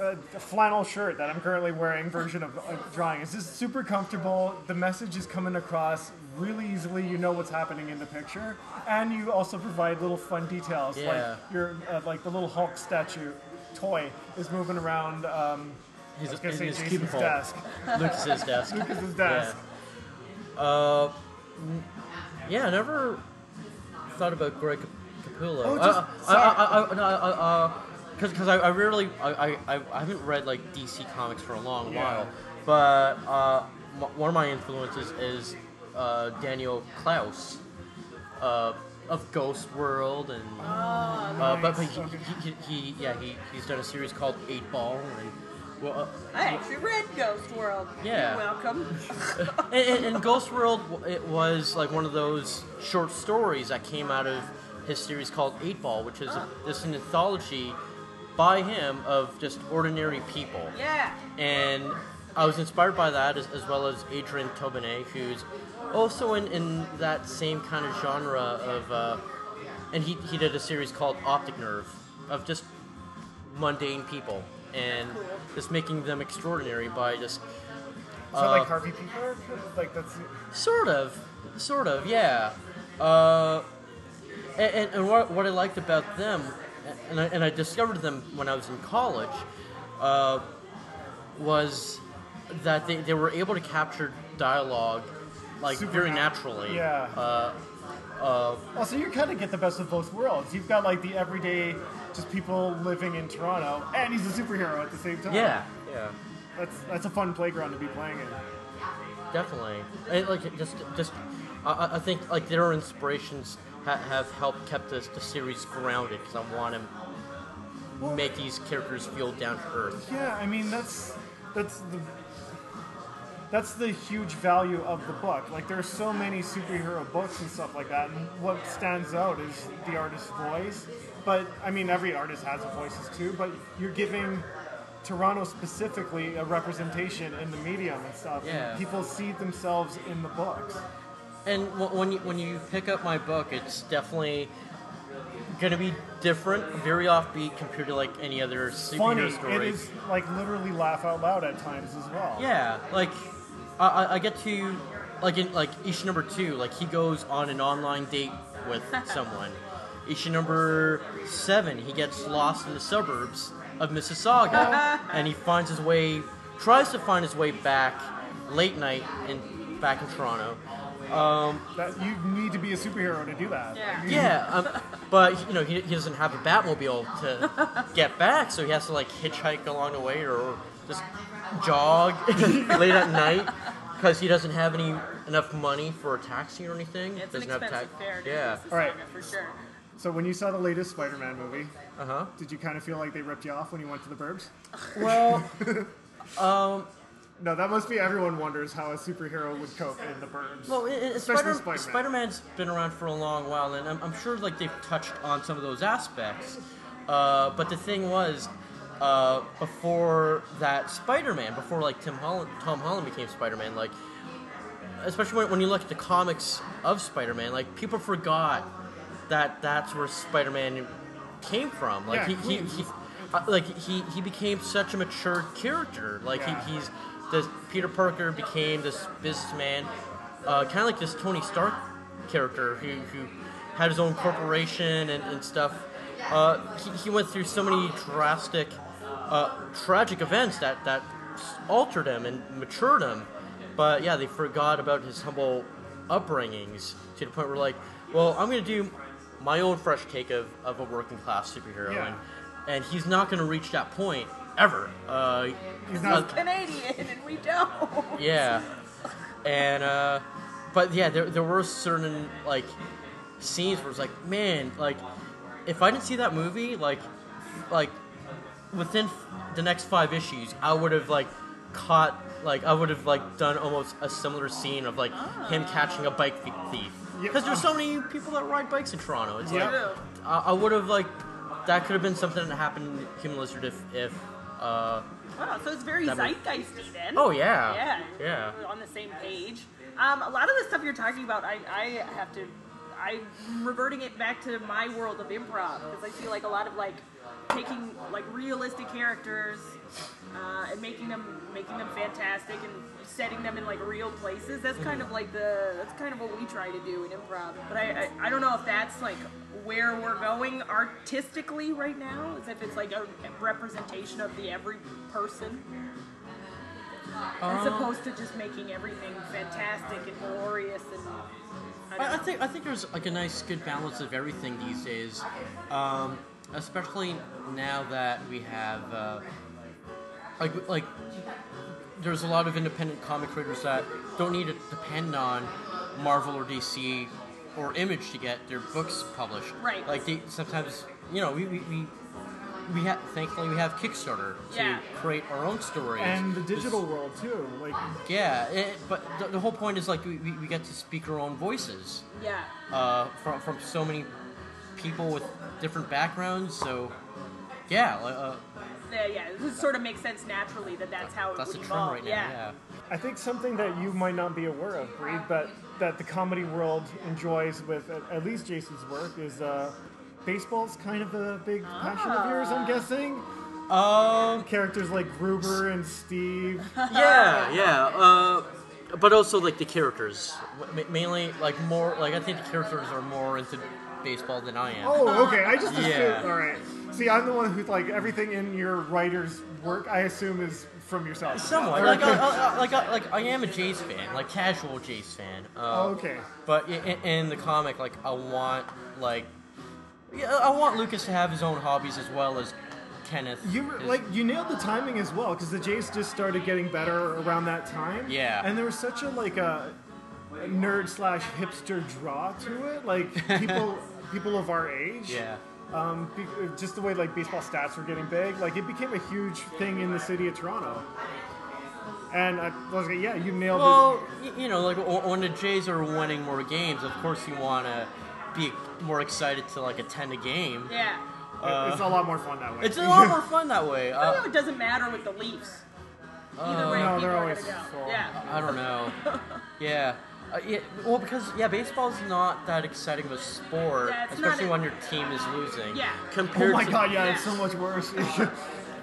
Speaker 3: uh, flannel shirt that I'm currently wearing version of, of drawing. It's just super comfortable. The message is coming across really easily. You know what's happening in the picture, and you also provide little fun details
Speaker 4: Yeah.
Speaker 3: like your uh, like the little Hulk statue toy is moving around. Um,
Speaker 4: He's,
Speaker 3: I was gonna say
Speaker 4: he's
Speaker 3: Jason's desk.
Speaker 4: Lucas's desk.
Speaker 3: Lucas's desk.
Speaker 4: Yeah. Uh, n- yeah, I never thought about Greg Capullo. Uh,
Speaker 3: Oh,
Speaker 4: I-
Speaker 3: just-
Speaker 4: I,
Speaker 3: sorry.
Speaker 4: I, I, I, uh, no, I, I, because because I, I rarely I, I, I haven't read like DC comics for a long
Speaker 3: Yeah.
Speaker 4: while, but uh, m- one of my influences is uh, Daniel Klaus, uh, of Ghost World and. Uh, but but
Speaker 3: Ah, Nice,
Speaker 4: he,
Speaker 3: okay.
Speaker 4: he, he, he, yeah, he, he's done a series called Eight Ball, and well, uh,
Speaker 2: I actually read Ghost World.
Speaker 4: Yeah.
Speaker 2: You're welcome.
Speaker 4: and, and, and Ghost World, it was like one of those short stories that came out of his series called Eight Ball, which is this anthology by him of just ordinary people.
Speaker 2: Yeah.
Speaker 4: And I was inspired by that as, as well as Adrian Tobinet, who's also in, in that same kind of genre of, uh, and he, he did a series called Optic Nerve of just mundane people and just making them extraordinary by just
Speaker 3: Is that
Speaker 4: Uh,
Speaker 3: like Harvey Pieper? Like that's.
Speaker 4: Sort of, sort of, yeah. Uh, And, and, and what, what I liked about them, and I, and I discovered them when I was in college, uh, was that they, they were able to capture dialogue like
Speaker 3: Super
Speaker 4: very
Speaker 3: nat-
Speaker 4: naturally.
Speaker 3: yeah.
Speaker 4: Uh,
Speaker 3: Also, you kind of get the best of both worlds. You've got like the everyday, just people living in Toronto, and he's a superhero at the same time.
Speaker 4: yeah. Yeah.
Speaker 3: that's that's a fun playground to be playing in.
Speaker 4: Definitely. And like it just just I- I, I think like their inspirations ha- have helped kept this the series grounded because I want to make these characters feel down to earth.
Speaker 3: Yeah, I mean that's that's the that's the huge value of the book. Like there are so many superhero books and stuff like that, and what stands out is the artist's voice. But I mean, every artist has a voices too. But you're giving Toronto specifically a representation in the medium and stuff. and
Speaker 4: Yeah.
Speaker 3: people see themselves in the books.
Speaker 4: And w- when you, when you pick up my book, it's definitely going to be different, very offbeat compared to like any other superhero
Speaker 3: Funny.
Speaker 4: story.
Speaker 3: It is like literally laugh out loud at times as well.
Speaker 4: Yeah, like I, I- I get to like in like issue number two, like he goes on an online date with someone. issue number seven, he gets lost in the suburbs of Mississauga, and he finds his way, tries to find his way back late night in back in Toronto.
Speaker 3: That you need to be a superhero to do that.
Speaker 2: Yeah.
Speaker 4: Yeah, um, but you know he, he doesn't have a Batmobile to get back, so he has to like hitchhike along the way or just jog late at night because he doesn't have any enough money for a taxi or anything.
Speaker 2: It's an
Speaker 4: doesn't
Speaker 2: expensive
Speaker 4: ta-
Speaker 2: fare. to
Speaker 4: Yeah.
Speaker 2: Mississauga,
Speaker 3: All right.
Speaker 2: For sure.
Speaker 3: So when you saw the latest Spider-Man movie,
Speaker 4: Uh huh.
Speaker 3: Did you kind of feel like they ripped you off when you went to the burbs?
Speaker 4: Well,
Speaker 3: No, that must be everyone wonders how a superhero would cope in the burbs.
Speaker 4: well, it, it,
Speaker 3: Especially
Speaker 4: Spider
Speaker 3: Spider-Man.
Speaker 4: Spider-Man's been around for a long while, and I'm, I'm sure like they've touched on some of those aspects. Uh, but the thing was. Uh, before that Spider-Man, before like Tim Holland, Tom Holland became Spider-Man, like especially when, when you look at the comics of Spider-Man, like people forgot that that's where Spider-Man came from. Like
Speaker 3: Yeah,
Speaker 4: he, he, he uh, like he, he became such a mature character. Like
Speaker 3: Yeah.
Speaker 4: he, he's this Peter Parker became this businessman, uh, kind of like this Tony Stark character who, who had his own corporation and, and stuff. Uh, he, he went through so many drastic, uh, tragic events that that altered him and matured him. But yeah, they forgot about his humble upbringings to the point where like, well, I'm gonna do my own fresh take of, of a working class superhero,
Speaker 3: Yeah.
Speaker 4: and and he's not gonna reach that point ever. Uh,
Speaker 3: He's not-
Speaker 4: like,
Speaker 2: Canadian, and we don't.
Speaker 4: yeah, and uh, but yeah, there there were certain like scenes where it's like, man, like if I didn't see that movie, like like within f- the next five issues, I would have like caught like I would have like done almost a similar scene of like him catching a bike thi- thief
Speaker 3: Yeah.
Speaker 4: because there's so many people that ride bikes in Toronto. It's
Speaker 3: Yeah.
Speaker 4: like I, I would have like that could have been something that happened in Human Lizard if if uh,
Speaker 2: Wow, so it's very
Speaker 4: That would-
Speaker 2: zeitgeisty then.
Speaker 4: Oh, yeah.
Speaker 2: Yeah.
Speaker 4: Yeah.
Speaker 2: We're on the same page. Um, a lot of the stuff you're talking about, I, I have to, I'm reverting it back to my world of improv because I see like a lot of like taking like realistic characters uh, and making them making them fantastic and setting them in like real places. That's kind of like the that's kind of what we try to do in improv. But I I, I don't know if that's like where we're going artistically right now, as if it's like a representation of the every person as opposed to just making everything fantastic and glorious and I don't
Speaker 4: I, I
Speaker 2: know.
Speaker 4: think I think there's like a nice good balance of everything these days, um, especially now that we have uh, like like there's a lot of independent comic creators that don't need to depend on Marvel or DC or Image to get their books published.
Speaker 2: Right.
Speaker 4: Like they sometimes you know we we. we we have, thankfully, we have Kickstarter to
Speaker 2: Yeah.
Speaker 4: create our own stories.
Speaker 3: and the
Speaker 4: It's-
Speaker 3: digital world too. Like,
Speaker 4: yeah. It, but the, the whole point is like we, we, we get to speak our own voices
Speaker 2: yeah.
Speaker 4: uh, from, from so many people with different backgrounds. So, yeah, li- uh,
Speaker 2: yeah, yeah, It just sort of makes sense naturally that that's how it
Speaker 4: that's the
Speaker 2: would
Speaker 4: trend
Speaker 2: evolve.
Speaker 4: right now.
Speaker 2: yeah.
Speaker 4: Yeah.
Speaker 3: I think something that you might not be aware of, Bree, but that the comedy world enjoys with at, at least Jason's work is uh, baseball's kind of a big passion of yours. I'm guessing
Speaker 4: Um.
Speaker 3: characters like Gruber and Steve.
Speaker 4: Yeah. Yeah. Uh, but also like the characters, Ma- mainly like more like I think the characters are more into baseball than I am.
Speaker 3: Oh, okay. I just assumed.
Speaker 4: Yeah.
Speaker 3: All right. See, I'm the one who's like everything in your writer's work. I assume is from yourself.
Speaker 4: Somewhat.
Speaker 3: Or-
Speaker 4: Like, I, I, like, I, like I am a Jays fan, like casual Jays fan. Uh,
Speaker 3: Oh, okay.
Speaker 4: But in, in the comic, like I want, like, yeah, I want Lucas to have his own hobbies as well as Kenneth.
Speaker 3: You were,
Speaker 4: is-
Speaker 3: like you nailed the timing as well because the Jays just started getting better around that time.
Speaker 4: Yeah.
Speaker 3: and there was such a like a nerd slash hipster draw to it. Like people people of our age.
Speaker 4: yeah,
Speaker 3: Um, be- just the way like baseball stats were getting big, like it became a huge thing in the city of Toronto. And I was like, yeah, you nailed
Speaker 4: Well, y- you know, like w- when the Jays are winning more games, of course you want to be more excited to like attend a game.
Speaker 2: Yeah.
Speaker 3: it. it's a lot more fun that way.
Speaker 4: uh, It's a lot more fun that way.
Speaker 2: I
Speaker 4: Uh,
Speaker 2: don't know, it doesn't matter with the Leafs. Either
Speaker 4: uh,
Speaker 2: way,
Speaker 3: Oh, no,
Speaker 2: people
Speaker 3: they're
Speaker 2: are
Speaker 3: always
Speaker 2: gonna go.
Speaker 3: full.
Speaker 2: Yeah.
Speaker 4: I don't know. Yeah. Uh, yeah, well, because yeah, baseball's not that exciting of a sport,
Speaker 2: Yeah, it's not
Speaker 4: especially
Speaker 2: a-
Speaker 4: when your team is losing.
Speaker 2: Yeah.
Speaker 4: Compared
Speaker 3: oh my
Speaker 4: to,
Speaker 3: god, yeah, it's so much worse.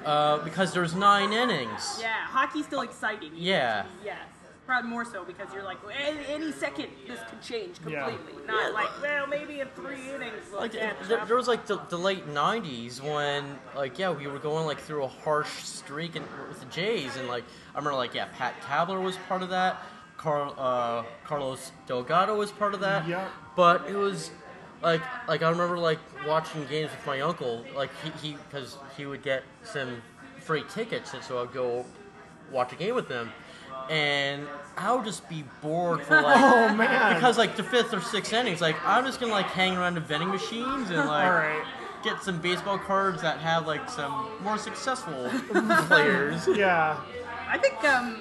Speaker 4: Uh, because there's nine innings.
Speaker 2: Yeah, hockey's still exciting.
Speaker 4: Yeah.
Speaker 2: Yes. Probably more so because you're like, "A- any second this could change
Speaker 3: Yeah.
Speaker 2: completely. Not like, well, maybe in three innings. Like,
Speaker 4: Like
Speaker 2: yeah,
Speaker 4: there, there was like the, the late '90s when like yeah we were going like through a harsh streak and with the Jays and like I remember like yeah Pat Tabler was part of that, Carl uh, Carlos Delgado was part of that.
Speaker 3: Yeah.
Speaker 4: But it was like like I remember like watching games with my uncle like he he because he would get some free tickets and so I'd go watch a game with him and I would just be bored for like.
Speaker 3: oh man.
Speaker 4: Because like the fifth or sixth innings, like I'm just gonna like hang around the vending machines and like
Speaker 3: All right.
Speaker 4: get some baseball cards that have like some more successful players.
Speaker 3: Yeah.
Speaker 2: I think um,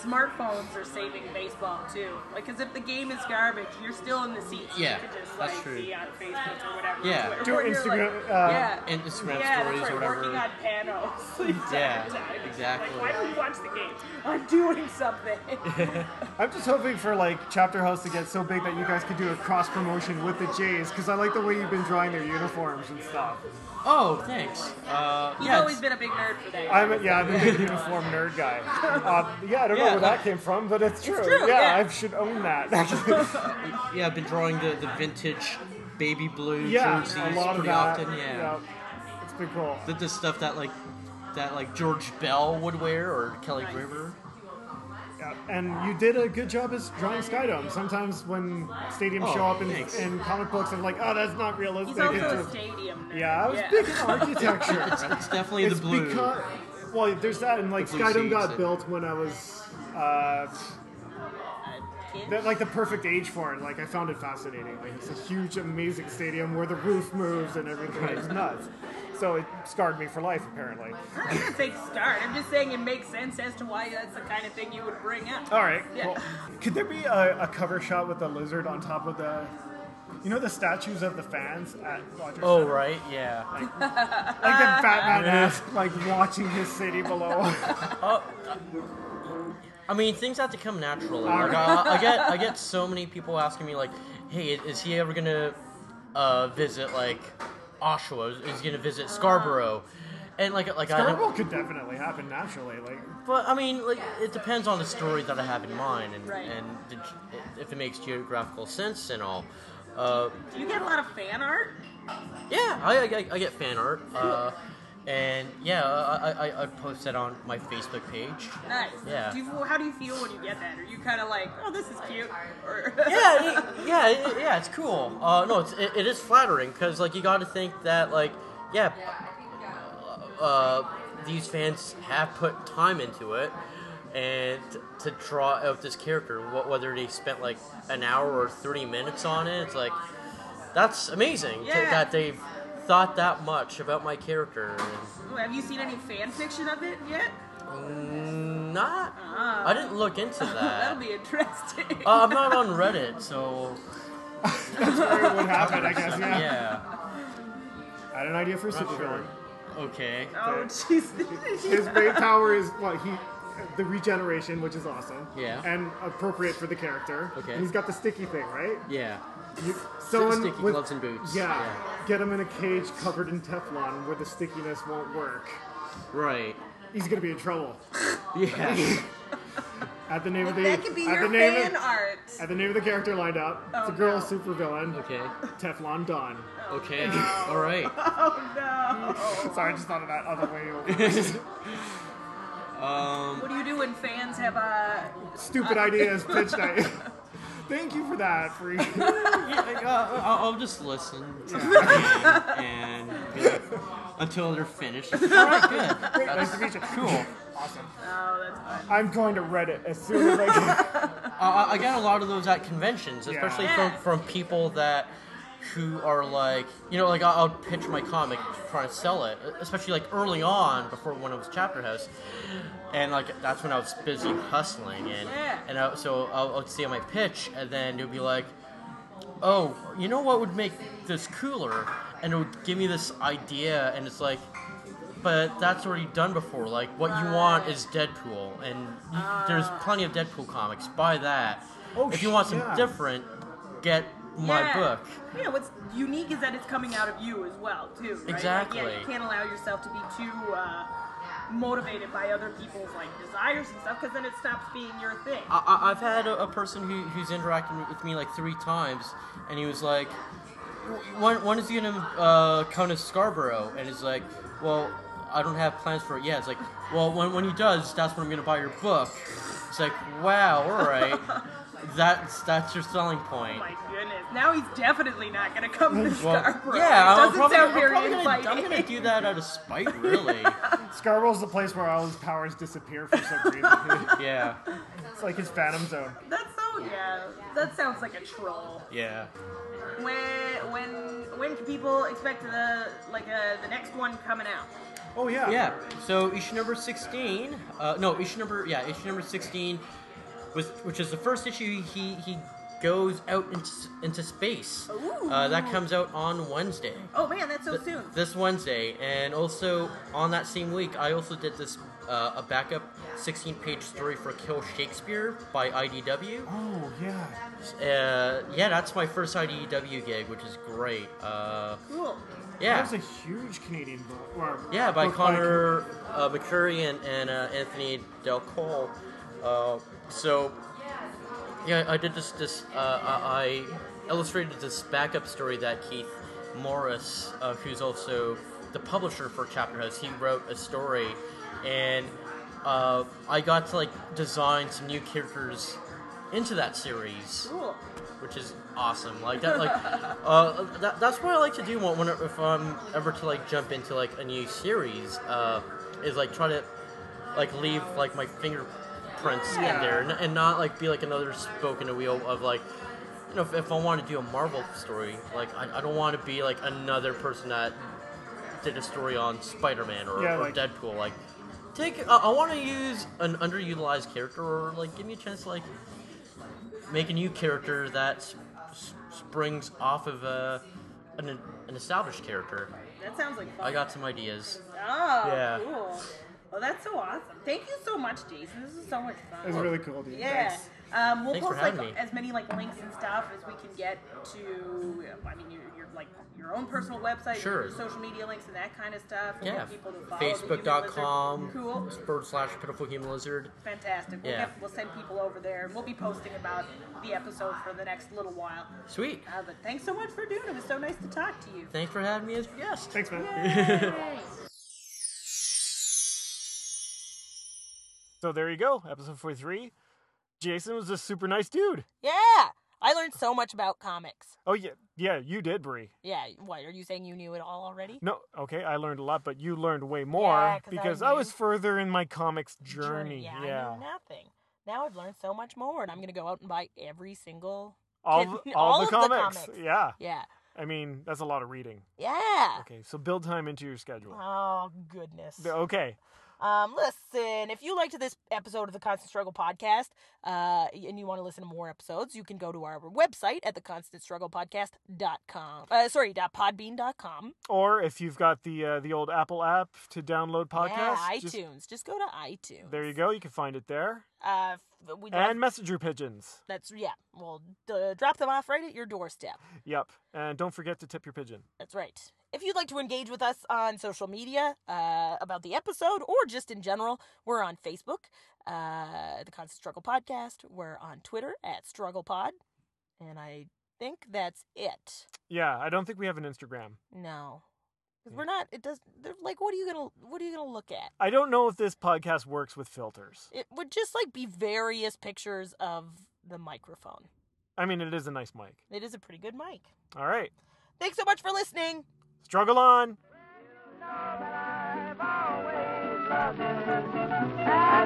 Speaker 2: smartphones are saving baseball too. Like, because if the game is garbage, you're still in the seats.
Speaker 4: Yeah,
Speaker 2: you could just,
Speaker 4: that's
Speaker 2: like,
Speaker 4: true.
Speaker 2: Be on Facebook or whatever.
Speaker 4: Yeah.
Speaker 2: Or
Speaker 3: Do
Speaker 2: you're, like-
Speaker 3: Instagram, uh,
Speaker 2: yeah.
Speaker 4: And Instagram
Speaker 2: yeah,
Speaker 4: stories
Speaker 2: that's right,
Speaker 4: or whatever.
Speaker 2: working on panels. the entire
Speaker 4: Yeah,
Speaker 2: time. It's
Speaker 4: exactly.
Speaker 2: Like, why do we watch the game? I'm doing something.
Speaker 3: I'm just hoping for like Chapter House to get so big that you guys could do a cross promotion with the Jays because I like the way you've been drawing their uniforms and stuff.
Speaker 4: Oh, thanks. Uh,
Speaker 2: He's
Speaker 4: yeah,
Speaker 2: always
Speaker 4: it's-
Speaker 2: been a big nerd for that.
Speaker 3: I'm a, yeah, I'm a big uniform nerd guy. Uh, yeah, I don't know
Speaker 4: Yeah,
Speaker 3: where
Speaker 4: that-
Speaker 3: that came from, but it's true.
Speaker 2: true,
Speaker 3: yeah,
Speaker 2: yeah.
Speaker 3: I should own that.
Speaker 4: yeah, I've been drawing the, the vintage baby blue
Speaker 3: yeah,
Speaker 4: jerseys
Speaker 3: a lot of
Speaker 4: pretty
Speaker 3: that.
Speaker 4: often. Yeah,
Speaker 3: yeah. it's been cool.
Speaker 4: The, the stuff that like that like George Bell would wear or Kelly
Speaker 2: Nice.
Speaker 4: River.
Speaker 3: Yeah, And you did a good job as drawing Skydome. Sometimes when stadiums
Speaker 4: Oh,
Speaker 3: show up in,
Speaker 4: thanks.
Speaker 3: in comic books, I'm like, oh, that's not realistic.
Speaker 2: He's also
Speaker 3: It's
Speaker 2: a
Speaker 3: just-
Speaker 2: stadium nerd.
Speaker 3: yeah, I was big in architecture.
Speaker 4: It's definitely the blue.
Speaker 3: Because, well, there's that, and like
Speaker 4: The blue
Speaker 3: Skydome
Speaker 4: seeds
Speaker 3: got
Speaker 4: and-
Speaker 3: built when I was uh,
Speaker 2: Kid?
Speaker 3: that, like the perfect age for it. Like I found it fascinating. Like it's a huge, amazing stadium where the roof moves and everything is nuts. So it scarred me for life, apparently.
Speaker 2: I'm not saying start. I'm just saying it makes sense as to why that's the kind of thing you would bring up.
Speaker 3: All right.
Speaker 2: Yeah.
Speaker 3: Well, could there be a, a cover shot with the lizard on top of the? You know the statues of the fans at Rogers.
Speaker 4: Oh
Speaker 3: Center?
Speaker 4: right, yeah.
Speaker 3: like the Batman esque, like watching his city below.
Speaker 4: I mean, things have to come naturally.
Speaker 3: All
Speaker 4: Like,
Speaker 3: right.
Speaker 4: I, I get, I get so many people asking me, like, "Hey, is he ever gonna uh, visit like Oshawa? Is he gonna visit Scarborough?" And like, like I,
Speaker 3: Uh, Scarborough
Speaker 4: don't-
Speaker 3: could definitely happen naturally. Like
Speaker 4: but I mean, like, it depends on the story that I have in mind, and
Speaker 2: Right.
Speaker 4: and the, ge- if it makes geographical sense and all. Uh,
Speaker 2: Do you get a lot of fan art?
Speaker 4: yeah, I, I, I get fan art, uh, and yeah, I, I- I, I post that on my Facebook page.
Speaker 2: Nice.
Speaker 4: Yeah.
Speaker 2: Do you, how do you feel when you get that? Are you kind of like, oh, this is cute? Or
Speaker 4: yeah, it- yeah, it- yeah. It's cool. Uh, no, it's it, it is flattering because like you got to think that like yeah, uh, these fans have put time into it and to draw out this character. wh- Whether they spent like an hour or thirty minutes on it, it's like that's amazing to-
Speaker 2: Yeah.
Speaker 4: that they've thought that much about my character. And
Speaker 2: Ooh, have you seen any fan fiction of it yet?
Speaker 4: not, I didn't look into that.
Speaker 2: That'll be interesting.
Speaker 4: uh, I'm not on Reddit, so
Speaker 3: it would happen, I guess. Yeah.
Speaker 4: yeah.
Speaker 3: I had an idea for a
Speaker 4: Not
Speaker 3: supervillain.
Speaker 4: sure. Okay.
Speaker 2: oh, jeez.
Speaker 3: His main power is what he. The regeneration, which is awesome,
Speaker 4: Yeah.
Speaker 3: and appropriate for the character.
Speaker 4: Okay.
Speaker 3: and he's got the sticky thing, right?
Speaker 4: Yeah.
Speaker 3: You, someone
Speaker 4: sticky
Speaker 3: with,
Speaker 4: gloves and boots.
Speaker 3: Yeah,
Speaker 4: Yeah.
Speaker 3: get him in a cage covered in Teflon where the stickiness won't work.
Speaker 4: Right.
Speaker 3: He's gonna be in trouble.
Speaker 4: Yeah.
Speaker 3: At the name of the
Speaker 5: That could be
Speaker 3: at
Speaker 5: your
Speaker 3: the name
Speaker 5: fan
Speaker 3: of,
Speaker 5: art.
Speaker 3: at the name of the character lined up. it's a
Speaker 2: Oh,
Speaker 3: girl
Speaker 2: no.
Speaker 3: supervillain,
Speaker 4: Okay.
Speaker 3: Teflon Don.
Speaker 4: Okay. All right.
Speaker 2: Oh no!
Speaker 3: Sorry, I just thought of that other way. over.
Speaker 4: Um,
Speaker 2: What do you do when fans have uh,
Speaker 3: Stupid ideas, pitch night. Thank you for that, free.
Speaker 4: uh, I'll, I'll just listen and, and be like, until they're finished. All right, good.
Speaker 3: nice to meet you.
Speaker 4: Cool.
Speaker 2: Oh, that's fun.
Speaker 3: I'm going to Reddit as soon as I can.
Speaker 4: I, I- I got Uh, a lot of those at conventions, especially
Speaker 2: Yeah.
Speaker 4: from, from people that who are like, you know, like I'll, I'll pitch my comic trying to sell it, especially like early on before when it was chapter house, and like that's when I was busy hustling and
Speaker 2: Yeah.
Speaker 4: and I, so I would see my pitch and then it would be like, oh, you know what would make this cooler, and it would give me this idea, and it's like. But that's already done before. Like, what you want is Deadpool, and you, there's plenty of Deadpool comics. Buy that.
Speaker 3: Ah. Oh,
Speaker 4: if you want something
Speaker 3: yeah.
Speaker 4: different, get my
Speaker 2: yeah.
Speaker 4: book.
Speaker 2: Yeah, what's unique is that it's coming out of you as well, too. Right? Like, yeah,
Speaker 4: Exactly.
Speaker 2: you can't allow yourself to be too uh, motivated by other people's like desires and stuff, because then it stops being your thing.
Speaker 4: I, I, I've had a, a person who, who's interacted with me like three times, and he was like, "W- "When, when is he gonna uh, come to Scarborough?" And he's like, "Well, I don't have plans for it yet." It's like, "Well, when, when he does, that's when I'm gonna buy your book." It's like, "Wow, all right, that's that's your selling
Speaker 2: Oh
Speaker 4: point."
Speaker 2: my goodness! Now he's definitely not gonna come to
Speaker 4: Well,
Speaker 2: Scarborough.
Speaker 4: yeah,
Speaker 2: it
Speaker 4: I'm
Speaker 2: doesn't
Speaker 4: probably,
Speaker 2: sound
Speaker 4: I'm
Speaker 2: very
Speaker 4: probably gonna,
Speaker 2: inviting.
Speaker 4: I'm gonna do that out of spite, really.
Speaker 3: Scarborough's the place where all his powers disappear for some reason.
Speaker 4: yeah,
Speaker 3: it's like his phantom zone.
Speaker 2: That's so yeah. That sounds like a troll.
Speaker 4: yeah.
Speaker 2: When when when can people expect the like uh, the next one coming out?
Speaker 3: Oh yeah.
Speaker 4: Yeah. So issue number sixteen. Uh, no, issue number yeah, issue number sixteen was which is the first issue he he goes out into, s- into space. Uh, that comes out on Wednesday.
Speaker 2: Oh man, that's so soon.
Speaker 4: This Wednesday, and also on that same week, I also did this uh, a backup 16-page story for Kill Shakespeare by IDW.
Speaker 3: Oh yeah.
Speaker 4: Uh, yeah, that's my first IDW gig, which is great. Uh,
Speaker 2: Cool.
Speaker 4: yeah,
Speaker 3: That was a huge Canadian book. Or
Speaker 4: yeah, by
Speaker 3: book
Speaker 4: Connor uh, McCurry and, and uh, Anthony Del Cole. Uh, so, yeah, I did this. This uh, I I illustrated this backup story that Keith Morris, uh, who's also the publisher for Chapter House, he wrote a story, and uh, I got to like design some new characters into that series
Speaker 2: Cool.
Speaker 4: which is awesome. Like that, like uh, that, that's what I like to do when, when if I'm ever to like jump into like a new series, uh, is like try to like leave like my fingerprints in there and, and not like be like another spoke in the wheel of like. You know, if, if I want to do a Marvel story, like I, I don't want to be like another person that did a story on Spider-Man or,
Speaker 3: Yeah,
Speaker 4: or
Speaker 3: like-
Speaker 4: Deadpool. Like, take I, I want to use an underutilized character or like give me a chance to like make a new character that s- s- springs off of a, an, an established character.
Speaker 2: That sounds like fun.
Speaker 4: I got some ideas.
Speaker 2: Oh,
Speaker 4: Yeah.
Speaker 2: cool. Well, that's so awesome. Thank you so much, Jason. This is so much
Speaker 3: It was
Speaker 2: fun.
Speaker 3: really cool, dude.
Speaker 2: Yeah.
Speaker 3: Thanks.
Speaker 2: Um, we'll
Speaker 4: Thanks for
Speaker 2: post like
Speaker 4: having me.
Speaker 2: as many like links and stuff as we can get to. I mean, your, your like your own personal website,
Speaker 4: Sure.
Speaker 2: your social media links, and that kind of stuff. and
Speaker 4: Yeah,
Speaker 2: get people to follow the Human Lizard.
Speaker 4: facebook.com
Speaker 2: Cool.
Speaker 4: forward slash pitiful human lizard.
Speaker 2: Fantastic. We'll,
Speaker 4: Yeah.
Speaker 2: get, we'll send people over there, and we'll be posting about the episode for the next little while.
Speaker 4: Sweet.
Speaker 2: Uh, but thanks so much for doing it. It was so nice to talk to you.
Speaker 4: Thanks for having me as your guest.
Speaker 3: Thanks, man.
Speaker 2: Yay.
Speaker 1: So there you go, episode 43. Jason was a super nice dude.
Speaker 6: Yeah, I learned so much about comics.
Speaker 1: Oh yeah, yeah, you did, Bree.
Speaker 6: Yeah, what are you saying? You knew it all already?
Speaker 1: No, okay, I learned a lot, but you learned way more
Speaker 6: Yeah, 'cause I
Speaker 1: because I,
Speaker 6: knew-
Speaker 1: was further in my comics journey.
Speaker 6: Yeah, I knew nothing. Now I've learned so much more, and I'm gonna go out and buy every single.
Speaker 1: all,
Speaker 6: Kid-
Speaker 1: the-
Speaker 6: all
Speaker 1: all the
Speaker 6: of the
Speaker 1: comics.
Speaker 6: comics.
Speaker 1: Yeah,
Speaker 6: Yeah,
Speaker 1: I mean that's a lot of reading.
Speaker 6: yeah.
Speaker 1: Okay, so build time into your schedule.
Speaker 6: Oh goodness.
Speaker 1: Okay,
Speaker 6: Um, listen, if you liked this episode of the Constant Struggle podcast, uh, and you want to listen to more episodes, you can go to our website at theconstantstrugglepodcast.com. Uh, sorry, dot podbean.com.
Speaker 1: or if you've got the uh, the old Apple app to download podcasts,
Speaker 6: yeah,
Speaker 1: just-
Speaker 6: iTunes. Just, go to iTunes.
Speaker 1: there you go. You can find it there.
Speaker 6: Uh,
Speaker 2: we
Speaker 3: and messenger pigeons.
Speaker 2: that's yeah. We'll uh, drop them off right at your doorstep.
Speaker 3: Yep. And don't forget to tip your pigeon.
Speaker 2: That's right. If you'd like to engage with us on social media uh, about the episode or just in general, we're on Facebook, uh, the Constant Struggle Podcast. We're on Twitter at Struggle Pod, and I think that's it.
Speaker 3: Yeah, I don't think we have an Instagram.
Speaker 2: No, 'Cause we're not. It does. They're like, what are you gonna? What are you gonna look at?
Speaker 3: I don't know if this podcast works with filters.
Speaker 2: It would just like be various pictures of the microphone.
Speaker 3: I mean, it is a nice mic.
Speaker 2: It is a pretty good mic.
Speaker 3: All right.
Speaker 2: Thanks so much for listening.
Speaker 3: Struggle on.
Speaker 7: I've always loved you.